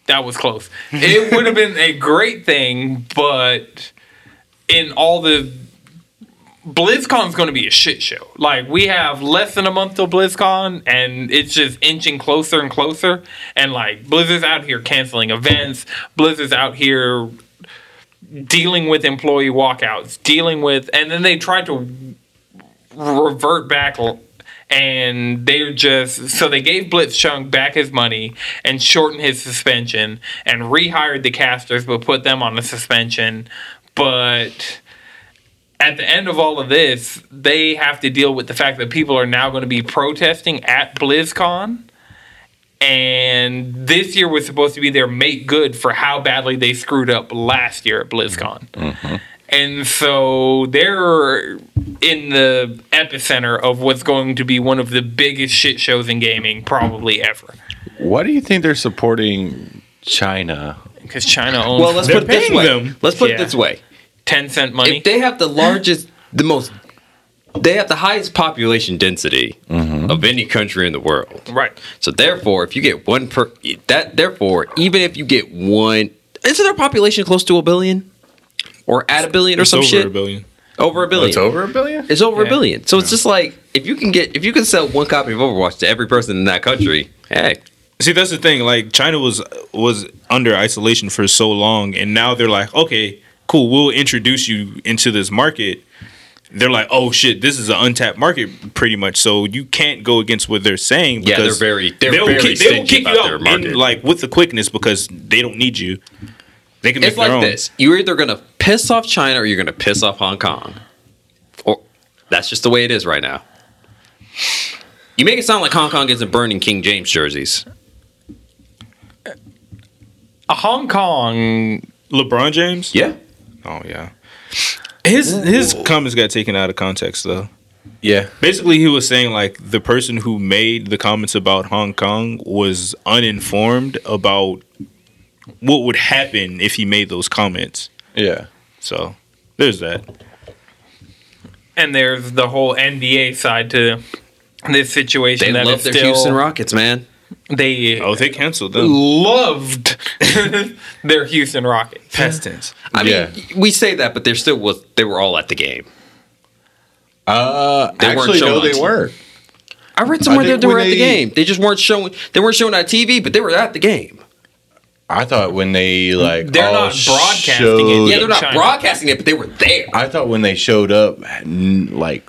that was close. It would have been a great thing, but in all the BlizzCon's going to be a shit show. Like we have less than a month till BlizzCon, and it's just inching closer and closer. And like Blizzard's out here canceling events. Blizzard's out here dealing with employee walkouts, dealing with, and then they tried to revert back l- and they're just so they gave Blitzchung back his money and shortened his suspension and rehired the casters but put them on the suspension but at the end of all of this they have to deal with the fact that people are now going to be protesting at BlizzCon and this year was supposed to be their make good for how badly they screwed up last year at BlizzCon. And so they're in the epicenter of what's going to be one of the biggest shit shows in gaming probably ever.
Why do you think they're supporting China?
Because China owns
Well, let's put it this way. Let's put it
Yeah.
this way.
10 cent money.
If they have the largest, the most, they have the highest population density of any country in the world.
right.
So therefore, if you get one per that, therefore, even if you get one, isn't their population close to a billion, or at a billion, or
It's
some
over
shit?
a billion.
over a billion.
It's over a billion?
It's over
Yeah.
a billion. So it's just like if you can get if you can sell one copy of Overwatch to every person in that country, hey,
See, that's the thing. Like China was was under isolation for so long, and now they're like, okay, cool, we'll introduce you into this market. They're like, oh shit, this is an untapped market, pretty much. So you can't go against what they're saying.
Yeah, they're
because
very- they're
they will
very
kick- they will
stingy
kick you
about
out
their
in,
market.
like with the quickness because they don't need you. They can make
it's
their
like
own.
this: you're either gonna piss off China or you're gonna piss off Hong Kong, or that's just the way it is right now. You make it sound like Hong Kong isn't burning King James jerseys.
A Uh, Hong Kong
LeBron James.
Yeah,
Oh yeah. His his comments got taken out of context though.
Yeah.
Basically, he was saying like the person who made the comments about Hong Kong was uninformed about what would happen if he made those comments.
Yeah.
So there's that.
and there's the whole NBA side to this situation
they
that
love
is
their
still
Houston Rockets, man.
they
Oh, they canceled them.
loved [laughs] their Houston Rockets.
Past tense.
I
Yeah.
mean, we say that, but they're still was they were all at the game.
Uh,
They weren't
actually,
shown
no,
on
they
TV.
were.
I read somewhere
think
that they were
when
at the
they-
game. They just weren't showing. They weren't showing on TV, but they were at the game.
I thought when they like
They're
all
not broadcasting it.
showed-
Yeah, they're not
China.
broadcasting it, but they were there.
I thought when they showed up, n- like,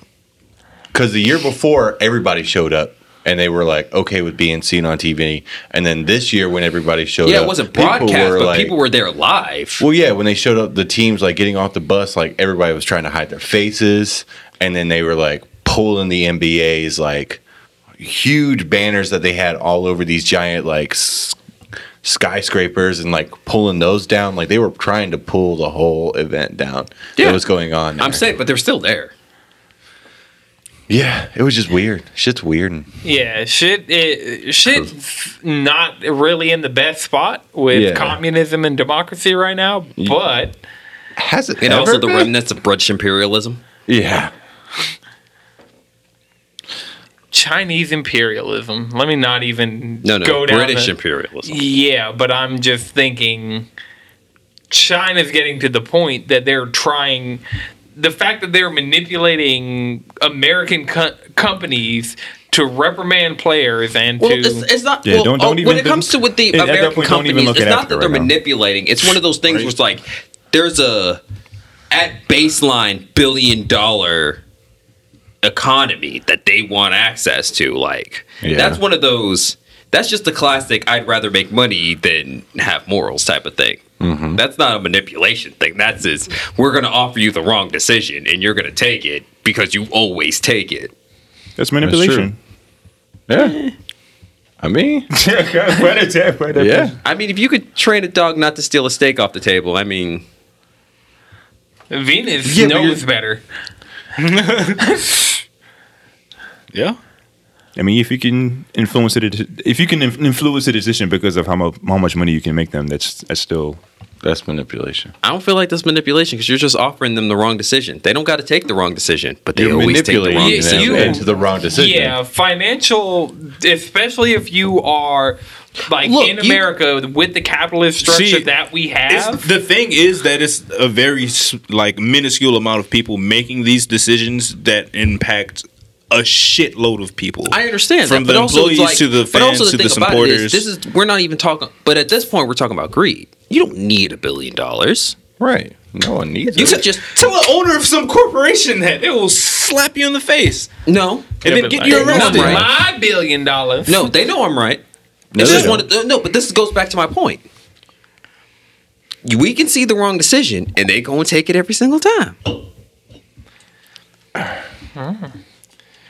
because the year before everybody showed up and they were like okay with being seen on TV, and then this year when everybody showed up,
Yeah, it wasn't broadcast, but
like-
people were there live.
Well, yeah, when they showed up, the teams like getting off the bus, like everybody was trying to hide their faces, and then they were like pulling the NBA's like huge banners that they had all over these giant like s- skyscrapers and like pulling those down. Like they were trying to pull the whole event down
Yeah.
that was going on.
I'm
there.
saying, but they're still there.
yeah, it was just weird. Shit's weird. And
Yeah, shit, it, shit's not really in the best spot with
Yeah.
communism and democracy right now. But
has it
And
ever
also the
been?
remnants of British imperialism.
Yeah,
Chinese imperialism. Let me not even
No, no,
go down
British
the-
imperialism.
Yeah, but I'm just thinking China's getting to the point that they're trying the fact that they're manipulating American co- companies to reprimand players and
Well,
to
it's, it's not.
Yeah,
well,
don't-
oh,
don't
when
even-
it comes to with the
Yeah, at that
American
point, don't even
companies,
look
it's
at
not
Africa
that they're
right now.
manipulating. It's one of those things where it's like there's a at baseline billion dollar economy that they want access to. Like
Yeah.
that's one of those. That's just the classic. I'd rather make money than have morals type of thing.
Mm-hmm.
That's not a manipulation thing. That's is we're going to offer you the wrong decision and you're going to take it because you always take it.
That's manipulation.
yeah. I mean,
yeah.
yeah.
I mean, if you could train a dog not to steal a steak off the table, I mean,
Venus
Yeah, but
knows better.
Yeah.
I mean, if you can influence it, if you can inf- influence the decision because of how, mo- how much money you can make them, that's that's still
That's manipulation.
I don't feel like that's manipulation because you're just offering them the wrong decision. They don't got to take the wrong decision, but they
You're
always take the
manipulating
wrong
Yeah,
decision.
them
you-
into the wrong decision.
Yeah, financial, especially if you are like
Look,
in
you-
America with the capitalist structure
See,
that we
It's,
have.
the thing is that it's a very s- like minuscule amount of people making these decisions that impact a shitload of people.
I understand
From
that,
the
but also it's
employees
like,
to the
but also
fans to the
thing about it is,
supporters.
this is we're not even talking. But at this point, we're talking about greed. You don't need a billion dollars.
Right. No one needs
You
it.
could just
Tell an owner of some corporation that it will slap you in the face
no,
and then
but
get
like-
you
No,
arrested.
right.
My billion dollars.
no. They know I'm right. It's
they
just one.
don't.
Of, the- no, but this goes back to my point. We can see the wrong decision, and they gonna take it every single time.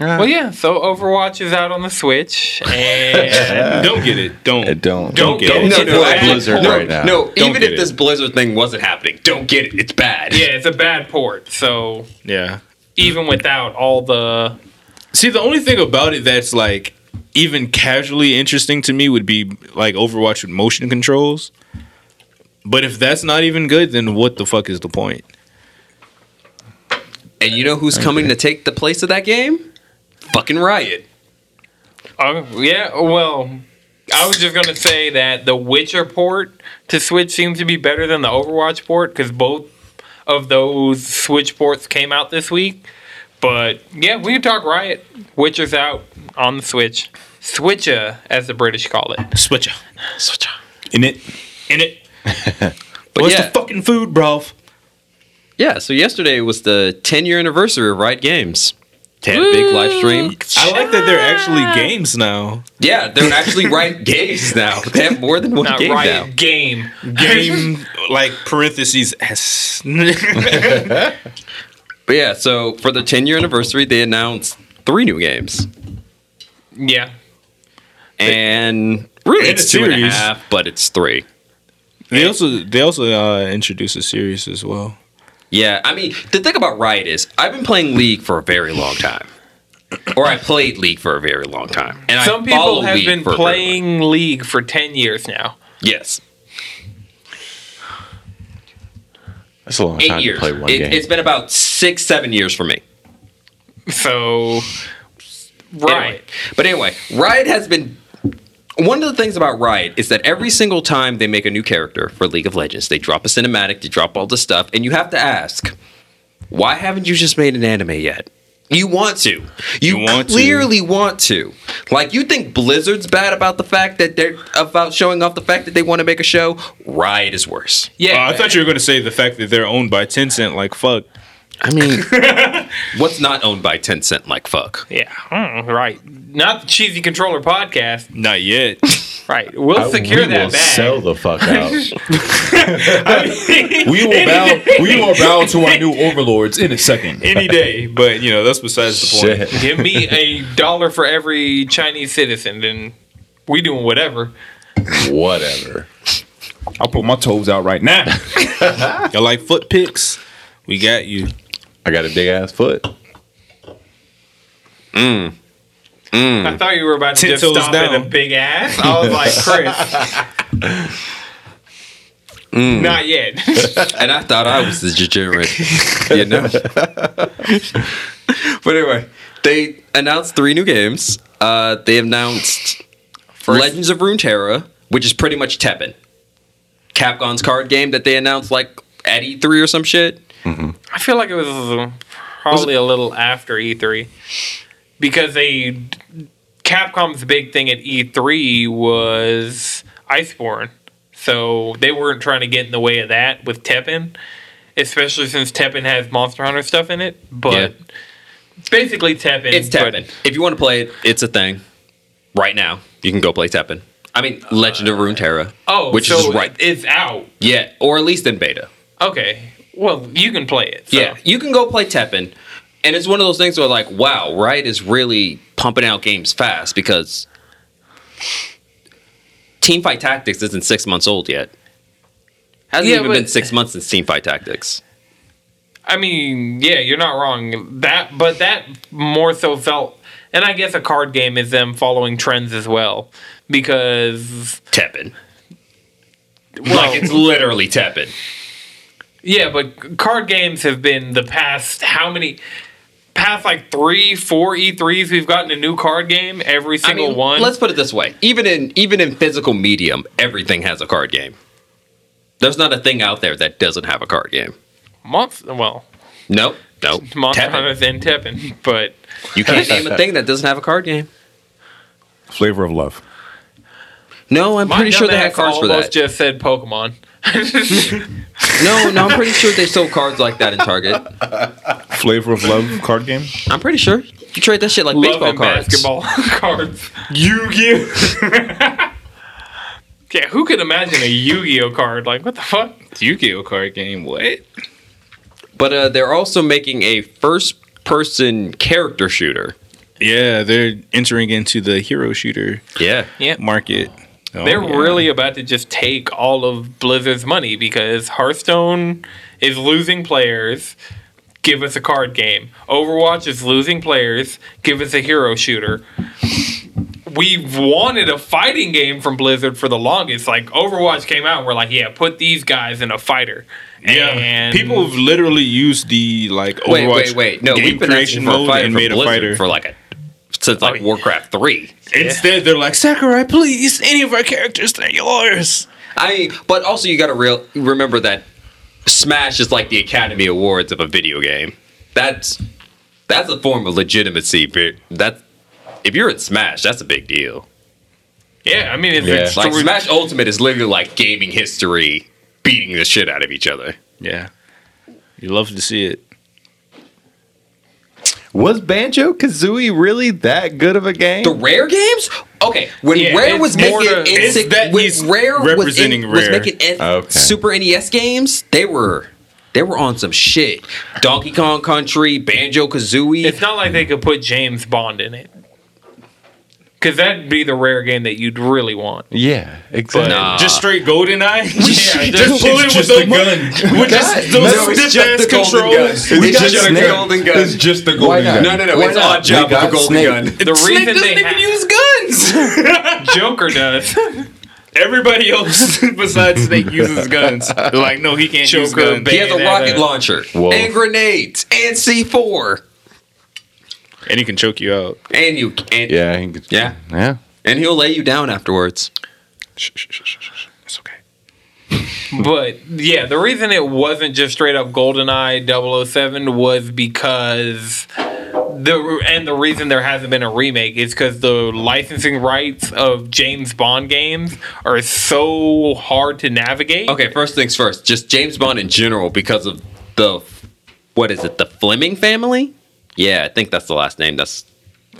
Well, yeah. So Overwatch is out on the Switch, and
Don't get it. Uh, Don't.
I don't.
Don't get it.
No,
no,
no,
no,
no,
Blizzard
no,
right now.
No,
Don't
even
get
if
it.
this Blizzard thing wasn't happening, don't get it. It's bad.
yeah, it's a bad port. So
Yeah.
even without all the
See, the only thing about it that's like even casually interesting to me would be like Overwatch with motion controls. But if that's not even good, then what the fuck is the point?
And you know who's coming to take the place of that game? Fucking Riot.
Uh, yeah, well, I was just gonna say that the Witcher port to Switch seems to be better than the Overwatch port because both of those Switch ports came out this week. But yeah, we can talk Riot. Witcher's out on the Switch. Switcher, as the British call it.
Switcher.
in it.
In it.
But
What's
yeah,
the fucking food, bro?
yeah. So yesterday was the 10 year anniversary of Riot Games. They had a big live stream.
I like that they're actually games now.
Yeah, they're
[laughs]
actually Riot Games now. They have more than one
Not
game
Riot
now.
Game.
Game like parentheses S.
But yeah, so for the 10 year anniversary, they announced three new games.
Yeah.
And really,
And
it's
a
two and a
series.
half, but it's three.
they also they also uh, introduced a series as well.
Yeah, I mean, the thing about Riot is I've been playing League for a very long time. Or I played League for a very long time. And
Some
I follow
people have
League
been
for a very long-
playing League for ten years now.
Yes.
That's a long
Eight
time
years.
to play one
It-
game.
It's been about six, seven years for me.
So
Anyway,
Riot.
But anyway, Riot has been. One of the things about Riot is that every single time they make a new character for League of Legends, they drop a cinematic, they drop all this stuff, and you have to ask, why haven't you just made an anime yet? You want to.
You
You,
want to.
clearly want to. Like you think Blizzard's bad about the fact that they're about showing off the fact that they want to make a show. Riot is worse.
Yeah.
Uh, I thought you were gonna say the fact that they're owned by Tencent. Like fuck.
I
[laughs]
mean, what's not owned by Tencent? Like fuck.
Hmm, yeah. Mm, right. Not the Cheesy Controller podcast.
Not yet.
Right. We'll
I-
secure
we
that
will
bag.
sell the fuck out.
We
[laughs]
will bow. We will bow to our new overlords in a second.
[laughs]
any day. But you know, that's besides the point.
Shit.
Give me a dollar for every Chinese citizen, then we doing whatever.
Whatever.
I'll put my toes out right now.
Y'all like foot picks? We got you.
I got a big ass foot. Hmm.
I thought you were about to
Ten
just
toes
stomp in
down.
a big ass. I was like, Chris.
[laughs] Hmm.
Not yet.
And I thought I was the degenerate, [laughs] you know. but anyway, they announced three new games. Uh, they announced Legends of Runeterra, which is pretty much Tekken, Capcom's card game that they announced like at E3 or some shit.
I feel like it was uh, probably a little after E3 because they Capcom's big thing at E3 was Iceborne. So they weren't trying to get in the way of that with Teppen, especially since Teppen has Monster Hunter stuff in it, but basically Teppen
It's Tekken. if you want to play it, it's a thing. Right now, you can go play Tekken. I mean, Legend of Runeterra.
Oh,
which
so
is right.
It's out.
Yeah, or at least in beta.
Okay. Well, you can play it. so.
Yeah, you can go play Tekken, and it's one of those things where like, wow, Riot is really pumping out games fast because Teamfight Tactics isn't six months old yet. Hasn't
Yeah,
even
but-
been six months since Teamfight Tactics.
I mean, yeah, you're not wrong. That, but that more so felt, and I guess a card game is them following trends as well, because
Tekken,
well,
like it's literally Tekken.
yeah, but card games have been the past how many, past like three, four E3s we've gotten a new card game every
I
single
mean,
one.
Let's put it this way: even in even in physical medium, everything has a card game. There's not a thing out there that doesn't have a card game.
month, well,
Nope, nope.
Monster [laughs]
Tekken.
Hunter's in Teppen, but
You can't name a thing that doesn't have a card game.
Flavor of love.
No, I'm
my
pretty sure they
dumbass
had cards for
almost
that.
Just said Pokemon.
No, no, I'm pretty sure they sold cards like that in Target.
Flavor of love card game.
I'm pretty sure you trade that shit like
Love
baseball
and
cards.
basketball [laughs] cards. Yu-Gi-Oh. [laughs] yeah, who could imagine a Yu-Gi-Oh card? Like, what the fuck?
Oh,
Yu-Gi-Oh card game. What?
But uh, they're also making a first-person character shooter.
Yeah, they're entering into the hero shooter
Yeah,
market. Oh,
They're
yeah.
really about to just take all of Blizzard's money because Hearthstone is losing players. Give us a card game. Overwatch is losing players. Give us a hero shooter. We've wanted a fighting game from Blizzard for the longest. Like Overwatch came out, and we're like, yeah, put these guys in a fighter.
Yeah,
And-
people have literally used the like Overwatch
wait, wait, wait. No,
game
we've been
creation
asking for a
mode
fighter
and
for
made a
Blizzard
fighter.
for like a since like Warcraft Three.
Instead, they're like Sakurai, please, any of our characters, they're yours.
I mean, but also you got to real remember that Smash is like the Academy Awards of a video game. That's that's a form of legitimacy. but That's if you're in Smash, that's a big deal.
Yeah, I mean, it's
Yeah.
Like
extraordinary.
Smash Ultimate is literally like gaming history beating the shit out of each other.
Yeah, you love to see it.
Was Banjo Kazooie really that good of a game?
The rare games? Okay, when
Yeah,
Rare
it's
was
more to-
making
it's
N6
that
when
he's
Rare was, in,
representing
was
Rare.
making N-
Oh, Okay.
Super NES games, they were they were on some shit. Donkey Kong Country, Banjo
It's
Kazooie.
not like they could put James Bond in it. Because that'd be the rare game that you'd really want.
yeah, exactly.
Nah.
Just straight golden [laughs] eye.
Yeah, just
pull it with the gun. With just those
No, it's
stiff
just
ass
the golden
controls.
gun.
We
It's
got
just
the
Snake.
golden gun.
It's just the golden
not?
gun.
No, no, no,
Why
it's
not?
odd job
We
with a
got
golden
Snake.
gun.
The
Snake
reason
doesn't
they
even
have-
[laughs]
use guns.
Joker does.
Everybody else besides Snake
[laughs]
uses guns. They're [laughs] like, no, he can't use
Joker,
guns.
He has a
Bayonetta.
rocket launcher
Whoa.
and grenades and C4
And he can choke you out.
and you and
Yeah, I think-
yeah
yeah.
and he'll lay you down afterwards.
It's okay.
but yeah, the reason it wasn't just straight up GoldenEye 007 was because the and the reason there hasn't been a remake is because the licensing rights of James Bond games are so hard to navigate.
Okay, first things first. Just James Bond in general because of the what is it? The Fleming family? Yeah, I think that's the last name. That's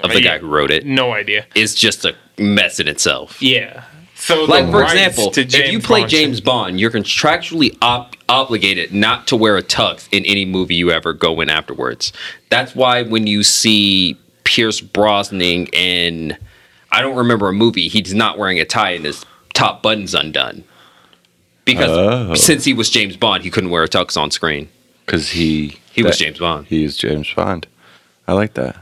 of the guy who wrote it.
No idea.
Is just a mess in itself.
Yeah. So the
Like for
rights
example,
to
if you play
Bond should-
James Bond, you're contractually ob- obligated not to wear a tux in any movie you ever go in afterwards. That's why when you see Pierce Brosnan in I don't remember a movie, he's not wearing a tie and his top button's undone. Because since he was James Bond, he couldn't wear a tux on screen.
because he
He was
that-
James Bond.
He is James Bond. I like that.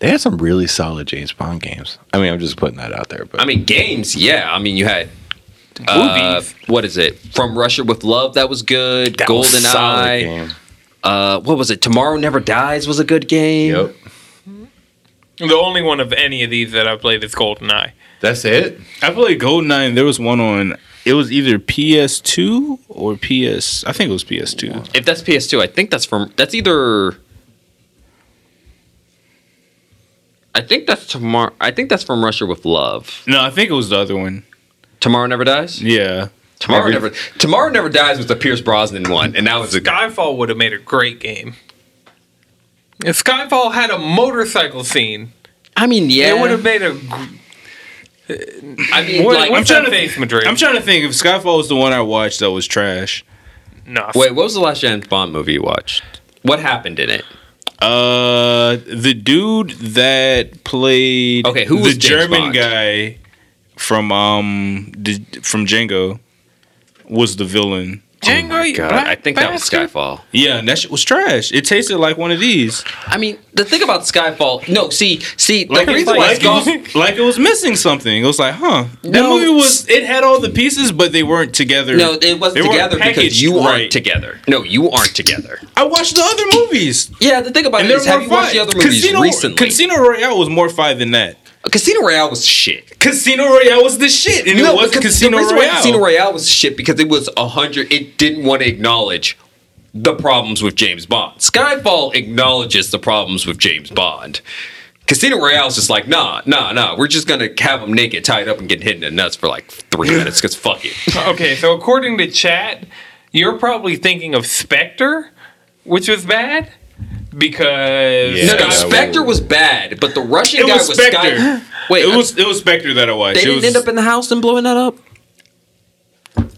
They had some really solid James Bond games. I mean, I'm just putting that out there, but
I mean, games, yeah. I mean, you had uh,
Movies.
what is it? From Russia with Love, that was good.
That was
Golden
solid
Eye.
game.
uh, what was it? Tomorrow Never Dies was a good game.
Yep,
the only one of any of these that I played is GoldenEye.
that's it.
I played Goldeneye. And there was one on. It was either PS2 or PS. I think it was PS2.
If that's PS2, I think that's from that's either. I think that's tomorrow. I think that's from Russia with Love.
No, I think it was the other one.
Tomorrow Never Dies.
Yeah.
Tomorrow Never. Tomorrow Never Dies was the Pierce Brosnan one, and that was a
Skyfall would have made a great game. If Skyfall had a motorcycle scene,
I mean, yeah.
it would have made a. gr-
I mean,
What-
like,
what's
trying
that
to th-
face, Madrid?
I'm trying to think if Skyfall was the one I watched that was trash.
no,
wait, what was the last James Bond movie you watched? What happened in it?
Uh, the dude that played
Okay, who
the
was James
German
Bond?
guy from um D- from Django was the villain.
Django, you
oh God,
black
I think that was
bastard.
Skyfall.
Yeah, and that shit was trash. It tasted like one of these.
I mean, the thing about Skyfall. No, see, see, the
Like,
reason why
like, it [laughs]
Skyfall. [laughs]
was, like it was missing something. It was like, huh? That
No.
movie was. It had all the pieces, but they weren't together.
No, it
They
wasn't
weren't
together because
packaged
you
right.
aren't together. No, you aren't together.
I watched the other movies,
Yeah, the thing about
and
it
they
is,
were
have
more
you watched
fun.
the other movies
Casino,
recently?
Casino Royale was more fun than that.
Casino Royale was shit.
Casino Royale was the shit, and it was
because
Casino
the reason
Royale.
Why Casino Royale was shit because it was a hundred. It didn't want to acknowledge the problems with James Bond. Skyfall acknowledges the problems with James Bond. Casino Royale's just like, nah, nah, nah. We're just gonna have him naked, tied up, and get hit in the nuts for like
[laughs]
three minutes. Cause fuck it.
Okay, so according to chat, you're probably thinking of Spectre, which was bad because
Yeah.
no, no,
Sky-
Spectre was bad, but the Russian
It
guy
was
was,
Spectre.
Sky. Wait, uh,
It was it was Spectre that I watched.
they
It
didn't
was-
end up in the house and blowing
[laughs]
that up.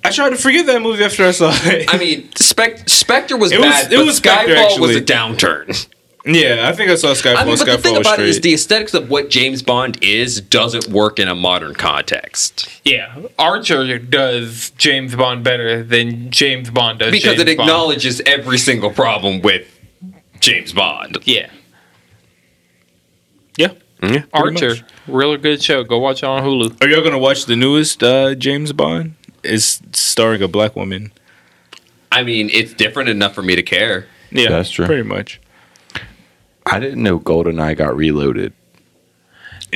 I tried to forget that movie after I saw it.
I mean, Spec- Spectre was
It was-
bad,
it
but
was
Skyfall
Spectre, actually.
was a downturn.
[laughs] yeah, I think I saw Skyfall.
I mean, but
Skyfall
the thing
was
about it is
straight.
the aesthetics of what James Bond is doesn't work in a modern context
yeah, Archer does James Bond better than James Bond does
because
James
it
Bond.
acknowledges every single problem with James Bond.
Yeah.
Yeah.
Archer,
much.
really good show. Go watch it on Hulu.
Are y'all gonna watch the newest uh, James Bond? It's starring a black woman.
I mean, it's different enough for me to care.
Yeah,
That's true.
Pretty much.
I didn't know GoldenEye got reloaded.
Oh,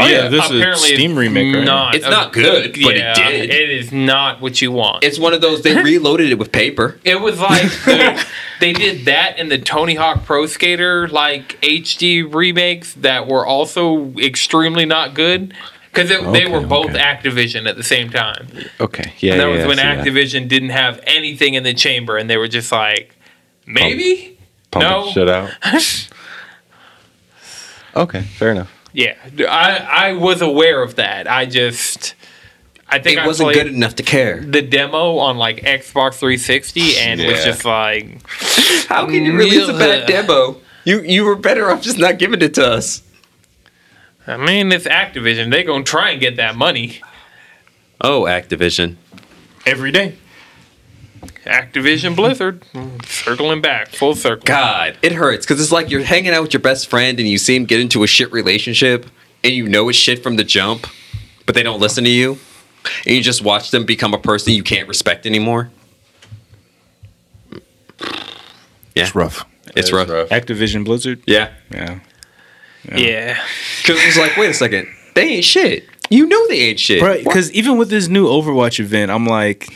Oh, yeah, this is a Steam remake. Right?
Not
It's not good, but it did.
It is not what you want.
It's one of
[laughs]
those they reloaded it with paper.
It was [laughs] like the, they did that and the Tony Hawk Pro Skater like HD remakes that were also extremely not good because they
Okay,
were both
okay.
Activision at the same time.
Okay, yeah,
and that
yeah,
was
I
when
see that.
Activision didn't have anything in the chamber and they were just like, maybe.
Pumping
No.
shit out. okay, fair enough.
Yeah, I I was aware of that. I just I think
It
I
wasn't
played
good enough to care.
the demo on like Xbox 360 and was
Yeah.
just like
How can you release a
[laughs]
bad demo? You you were better off just not giving it to us.
I mean, it's Activision. They gonna try and get that money.
Oh, Activision.
Every day.
Activision Blizzard, circling back, full circle.
God, it hurts because it's like you're hanging out with your best friend and you see him get into a shit relationship and you know it's shit from the jump, but they don't listen to you. And you just watch them become a person you can't respect anymore.
It's rough.
It's rough.
Activision Blizzard.
Yeah.
Yeah.
Yeah,
Because it's like, wait a second, they ain't shit. You know they ain't shit.
Right, because even with this new Overwatch event, I'm like,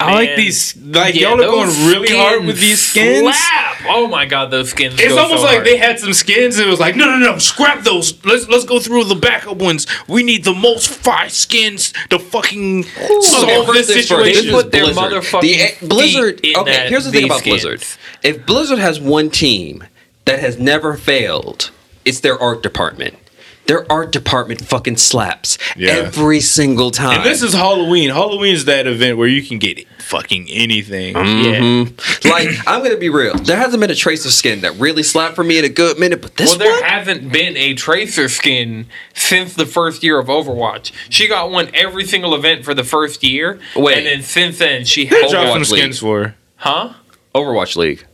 I like
Man.
these. Like
Yeah,
y'all are going
those
really hard
skins
with these skins.
Slap! Oh my God, those skins.
It's
go
almost
so
like
hard.
they had some skins and it was like, no, no, no, scrap those. Let's let's go through the backup ones. We need the most five skins to fucking solve this
Okay, first things first,
situation.
They put their
Blizzard.
motherfucking
The- eh, Blizzard.
feet in
okay,
that-
here's the thing
these
about
skins.
Blizzard. If Blizzard has one team that has never failed, it's their art department. Their art department fucking slaps
Yeah.
every single time.
And this is Halloween. Halloween is that event where you can get fucking anything.
Mm. Yeah.
like I'm gonna be real. There hasn't been a trace of skin that really slapped for me in a good minute, but this
Well, there
one,
hasn't been a Tracer skin since the first year of Overwatch. She got one every single event for the first year,
Wait.
and then since then she
They
had
dropped
one.
some
League.
skins for. her.
Huh?
Overwatch League.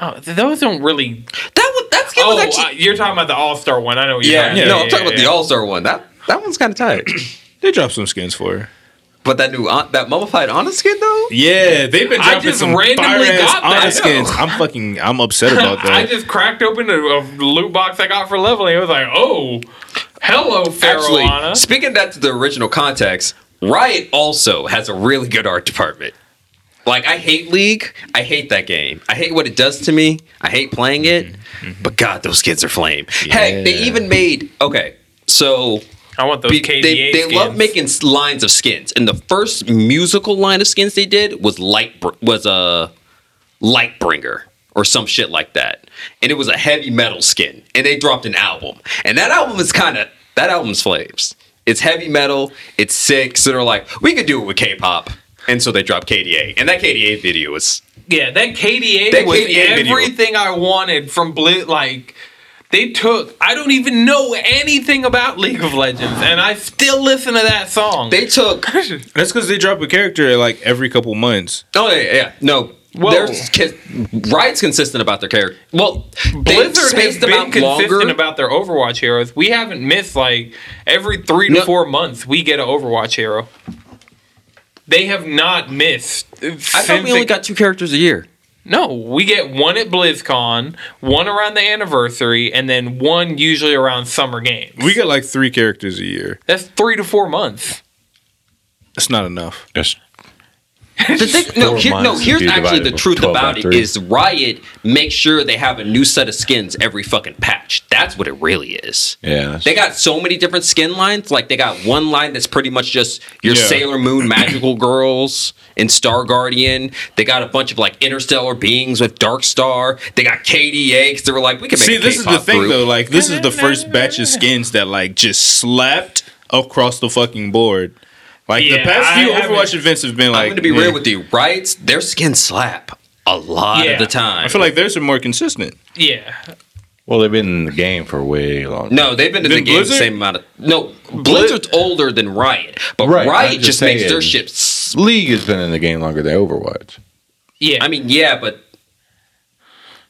Oh, th- those don't really.
That was that skin
Oh,
was actually.
uh, you're talking about the All Star one. I know. What you're
yeah,
talking about.
no, I'm talking about the All Star one. That that one's kind of tight. [clears throat]
They dropped some skins for. her.
but that new uh, that mummified honest skin though.
Yeah, they've been
I
dropping
just
some
randomly
fire-ass
got
Honda
that.
skins. I'm fucking.
[laughs]
I'm upset about that.
I just cracked open a, a loot box I got for leveling. It was like, oh, hello,
Actually,
Pharaoh.
speaking that to the original context, Riot also has a really good art department. Like I hate League, I hate that game. I hate what it does to me. I hate playing it. But God, those kids are flame. Heck, they even made okay. So
I want those
be-
KDA
they, they
skins.
love making s- lines of skins, and the first musical line of skins they did was light Br- was a Lightbringer or some shit like that, and it was a heavy metal skin, and they dropped an album, and that album is kind of that album's flames. It's heavy metal, it's sick, so they're like, we could do it with K-pop, and so they dropped KDA, and that KDA video is
Yeah, that KDA
That
was
KDA video.
everything I wanted from Blitz. Like they took, I don't even know anything about League of Legends, and I still listen to that song.
they
[laughs]
took
That's because they drop a character like every couple months.
oh yeah yeah no.
Whoa.
They're ki- Riot's consistent about their character. Well, they've
Blizzard has
spaced
been
them out
consistent
longer.
about their Overwatch heroes. We haven't missed like every three to
No.
four months we get an Overwatch hero. They have not missed.
I thought we only got two characters
[laughs]
a year.
No, we get one at BlizzCon, one around the anniversary, and then one usually around summer games.
We get like three characters a year.
That's three to four months.
That's not enough.
The thing, no,
Four
here, no,
months
here's
to divide
actually
it
the
with
truth
12 by
about it
three.
is Riot makes sure they have a new set of skins every fucking patch. That's what it really is.
Yeah.
They got so many different skin lines. Like they got one line that's pretty much just your
Yeah. [coughs]
Sailor Moon magical girls and Star Guardian. They got a bunch of like interstellar beings with Dark Star. They got KDA because they were like, we can make
See,
a
this is the
K-pop
thing
group.
though. Like, this is
[laughs]
the first batch of skins that like just slapped across the fucking board. Like the
Yeah,
past
I
few
haven't-
Overwatch events have been like.
I'm going to be
yeah.
real with you. Riot's their skin slap a lot
Yeah.
of the time.
I feel like theirs are more consistent.
Yeah,
Well, they've been in the game for way long.
No, they've been in the
Then
game
Blizzard?
the same amount of. No, Blizzard's older than Riot, but
Right, I'm
Riot
just
just makes their
saying.
shit. s-
League has been in the game longer than Overwatch.
yeah.
I mean, yeah, but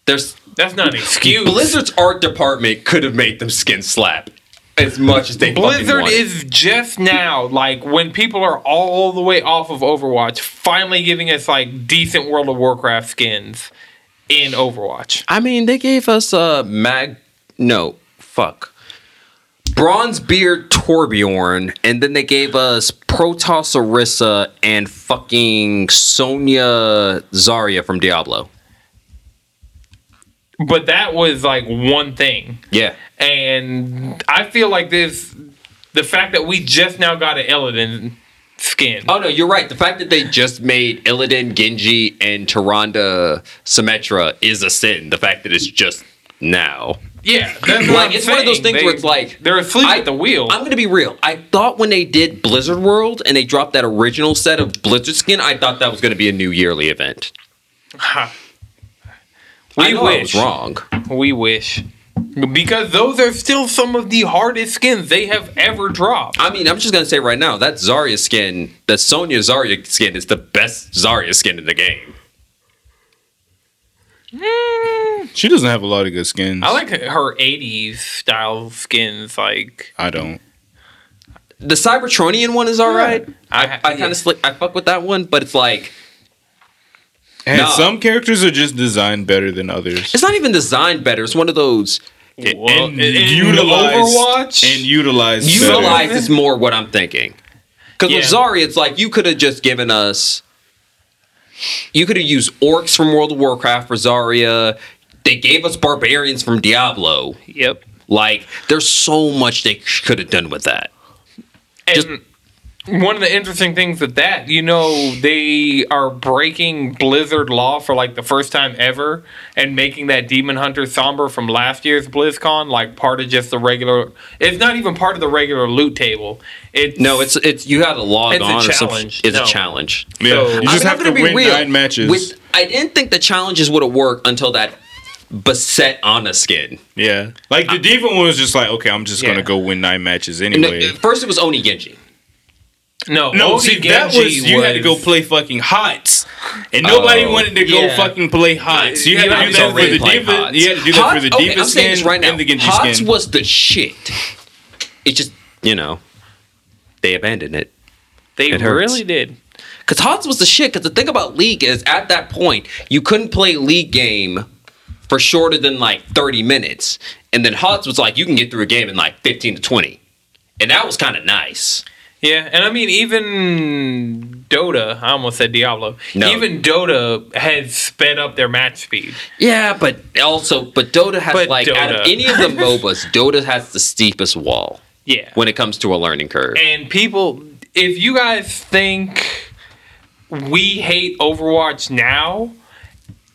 there's
that's [laughs] not an excuse.
Blizzard's art department could have made them skin slap as much as they
Blizzard
Blizzard
is
is
just now, like when people are all the way off of Overwatch, finally giving us like decent World of Warcraft skins in Overwatch.
I mean, they gave us a mag. No, fuck. Bronzebeard Torbjorn, and then they gave us Protoss Orisa and fucking Sonya Zarya from Diablo.
But that was like one thing.
Yeah.
And I feel like this the fact that we just now got an Illidan skin.
Oh no, you're right. The fact that they just made Illidan, Genji, and Tyrande Symmetra is a sin. The fact that it's just now.
yeah.
[clears throat]
That's what
Like
I'm
it's one of those
saying.
things
They-
where it's like
they're asleep
I-
at the wheel.
I'm gonna be real. I thought when they did Blizzard World and they dropped that original set of Blizzard skin, I thought that was gonna be a new yearly event.
[laughs] We
I know I
wish.
was wrong.
we wish. Because those are still some of the hardest skins they have ever dropped.
I mean, I'm just gonna say right now that Zarya skin, the Sonya Zarya skin, is the best Zarya skin in the game.
She doesn't have a lot of good skins.
I like her 80s style skins. Like,
I don't.
The Cybertronian one is alright.
I,
I kind of slick. I fuck with that one, but it's like
And
Nah.
some characters are just designed better than others.
It's not even designed better. It's one of those
and
in- in
utilized-
Overwatch?
and utilized. better.
utilize is more what I'm thinking. Because with
Yeah.
Zarya, it's like you could have just given us. You could have used orcs from World of Warcraft for Zarya. They gave us barbarians from Diablo.
yep.
Like, there's so much they could have done with that.
And
Just-
one of the interesting things with that, you know, they are breaking Blizzard law for like the first time ever and making that Demon Hunter Somber from last year's BlizzCon like part of just the regular. It's not even part of the regular loot table. It's
No, it's it's you got to log
It's a
on. or some-
challenge.
It's
No.
a challenge.
Yeah, you just
I'm
have to
not gonna be
win
real.
nine matches.
With, I didn't think the challenges would have worked until that Bassett on the skin.
yeah, like the diva one was just like, okay, I'm just
Yeah.
gonna go win nine matches
And
anyway.
the- first, it was Oni Genji.
no,
No,
Ogi
see, that
Genji
was you had to go
was-
play fucking hots, and nobody
Oh.
wanted to go
Yeah.
fucking play hots. You
Yeah,
had to
I
do
was
that for
already
the
playing
diva.
Hots.
You had to do that for the
Hots- okay,
diva
I'm saying this
skin
right now.
and the Genji
Hots
skin.
was the shit. It's just you know they abandoned it.
They
It hurts.
really did.
Because Hots was the shit. Because the thing about League is, at that point, you couldn't play League game for shorter than like 30 minutes. And then Hots was like, you can get through a game in like 15 to 20. And that was kind of nice.
Yeah, and I mean even Dota, I almost said Diablo.
No.
Even Dota has sped up their match speed.
Yeah, but also, but Dota has
But
like, out of
Dota.
any of [laughs] the MOBAs, Dota has the steepest wall
Yeah.
when it comes to a learning curve.
And people, if you guys think we hate Overwatch now,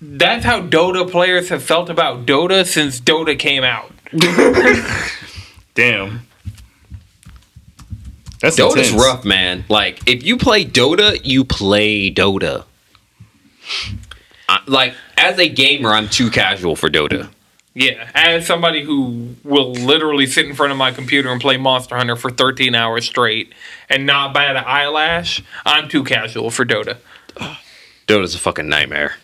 that's how Dota players have felt about Dota since Dota came out.
Damn, that's
Dota's
intense.
rough, man. Like, if you play Dota, you play Dota. I, like, as a gamer, I'm too casual for Dota.
Yeah, as somebody who will literally sit in front of my computer and play Monster Hunter for 13 hours straight and not bat an eyelash, I'm too casual for Dota.
Dota's a fucking nightmare.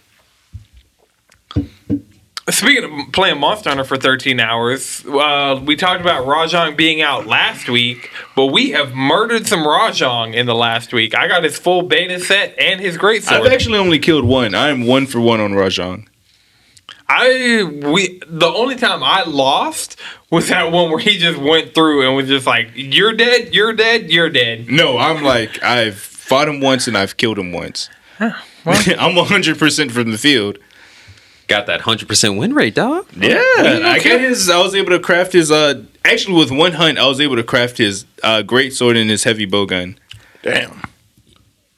Speaking of playing Monster Hunter for 13 hours, uh, we talked about Rajong being out last week, but we have murdered some Rajong in the last week. I got his full beta set and his great
I've
sword.
actually only killed one. I am one for one on Rajong.
I we the only time I lost was that one where he just went through and was just like, "You're dead, you're dead, you're dead."
No, I'm like I've fought him once and I've killed him once. [laughs] I'm 100 percent from the field.
Got that 100% win rate, dog.
Yeah, I got his. I was able to craft his. Uh, actually, with one hunt, I was able to craft his uh, great sword and his heavy bow gun.
Damn.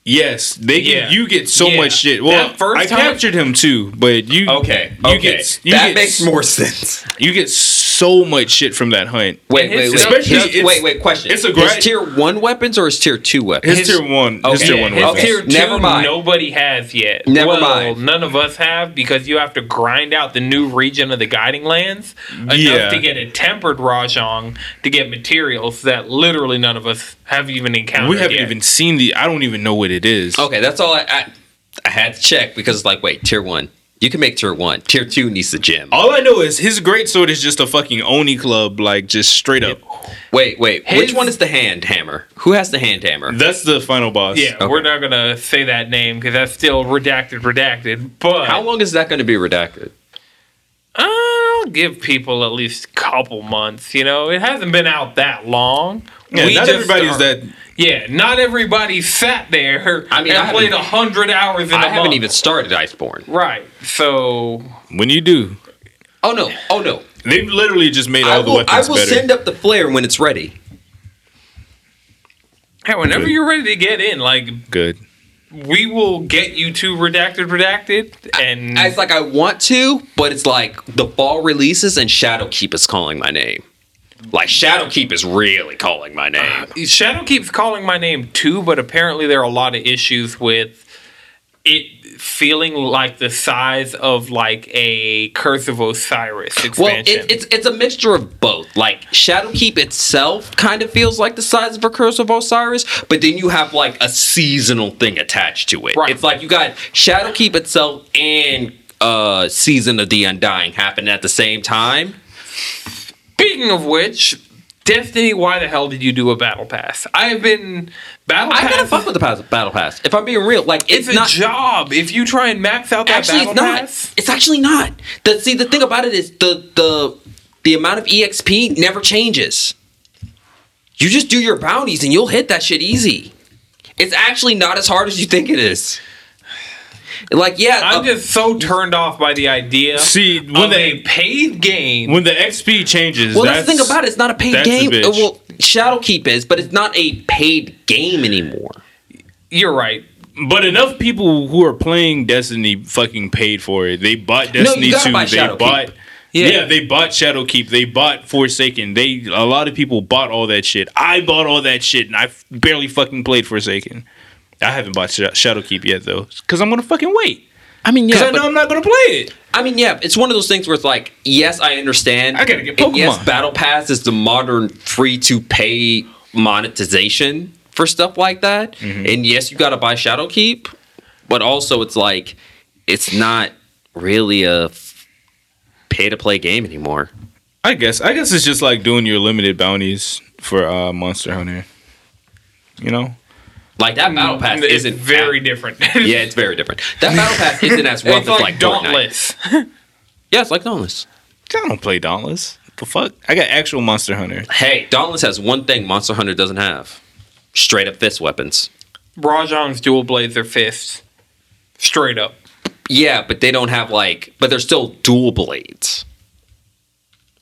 Yes, they get,
Yeah.
you get so
Yeah.
much shit. Well,
That first
I
time-
captured him too, but you
Okay,
you
okay.
get you
That
get,
makes more sense.
You get so much shit from that hunt.
Wait,
And
wait,
his-
wait.
especially
Just-
it's-
wait, wait. Question:
it's a
His
great-
tier one weapons or his tier two weapons?
His, tier one, his
okay.
tier one,
His
was-
Okay.
tier two,
Never mind.
nobody has yet.
Never
well,
mind.
None of us have because you have to grind out the new region of the Guiding Lands enough
Yeah.
to get a tempered Rajong to get materials that literally none of us have even encountered.
We haven't
yet.
even seen the. I don't even know what it is.
okay, that's all I, I I had to check because it's like, wait, tier one, you can make tier one. Tier two needs the gym.
All I know is his great sword is just a fucking oni club, like just straight up.
Wait, wait.
His-
Which one is the hand hammer? Who has the hand hammer?
That's the final boss.
Yeah, we're not gonna say that name because that's still redacted, redacted. But
How long is that going to be redacted?
I'll give people at least a couple months. You know, it hasn't been out that long.
Yeah, not
just
everybody's
are-
that.
Yeah, not everybody sat there
I mean,
and
I
played a
haven't-
hundred hours in a
I haven't
month.
even started Iceborne.
Right. So
When you do,
Oh no! Oh no!
they've literally just made
I
all the
will, I
weapons
will
better.
send up the flare when it's ready.
hey, whenever you're ready to get in, like
Good.
we will get you to redacted, redacted, and
It's like I want to, but it's like the fall releases and Shadowkeep is calling my name. Like Shadowkeep is really calling my name.
Shadow keeps calling my name too, but apparently there are a lot of issues with it feeling like the size of like a Curse of Osiris
Well,
expansion.
it, it's it's a mixture of both. Like Shadowkeep itself kind of feels like the size of a Curse of Osiris, but then you have like a seasonal thing attached to it.
Right.
It's like you got Shadowkeep itself and uh Season of the Undying happening at the same time.
Speaking of which, Destiny, why the hell did you do a battle pass? I have been battle
I gotta
pass.
fuck with the pas- battle pass. If I'm being real, like
it's
it's,
a
not
job. If you try and max out that
actually
battle
it's not
pass,
it's actually not the see the thing about it is the the the amount of exp never changes you just do your bounties and you'll hit that shit easy it's actually not as hard as you think it is Like, yeah,
I'm
uh,
just so turned off by the idea.
See, when
of
they-
a paid game,
When the XP changes,
well, that's, the thing about it. It's not a paid
that's a
game.
bitch.
Uh, Well, Shadowkeep is, but it's not a paid game anymore.
you're right.
But enough people who are playing Destiny fucking paid for it. They bought
you
Destiny
gotta
two.
buy
they
Shadowkeep.
bought.
Yeah.
Yeah. they bought Shadowkeep. They bought Forsaken. They a lot of people bought all that shit. I bought all that shit, and I f- barely fucking played Forsaken. I haven't bought Sh- Shadowkeep yet though, because I'm gonna fucking wait.
I mean,
Because
yeah,
I
but-
know I'm not gonna play it.
I mean, yeah, it's one of those things where it's like, yes, I understand.
I gotta get
And yes,
Pokemon.
Battle Pass is the modern free to pay monetization for stuff like that.
Mm-hmm.
And yes, you gotta buy Shadowkeep, but also it's like, it's not really a pay to play game anymore.
I guess. I guess it's just like doing your limited bounties for uh, Monster Hunter. You know,
Like that Battle Pass
Mm, It's
isn't
very different.
[laughs] Yeah, it's very different. That
[laughs]
Battle Pass isn't as rough
it's like,
as like, Fortnite.
Dauntless. [laughs]
Yeah, it's like Dauntless.
I don't play Dauntless. The fuck? I got actual Monster Hunter.
Hey, Dauntless has one thing Monster Hunter doesn't have: straight up fist weapons.
Rajong's dual blades are fists. Straight up.
Yeah, but they don't have like, but they're still dual blades.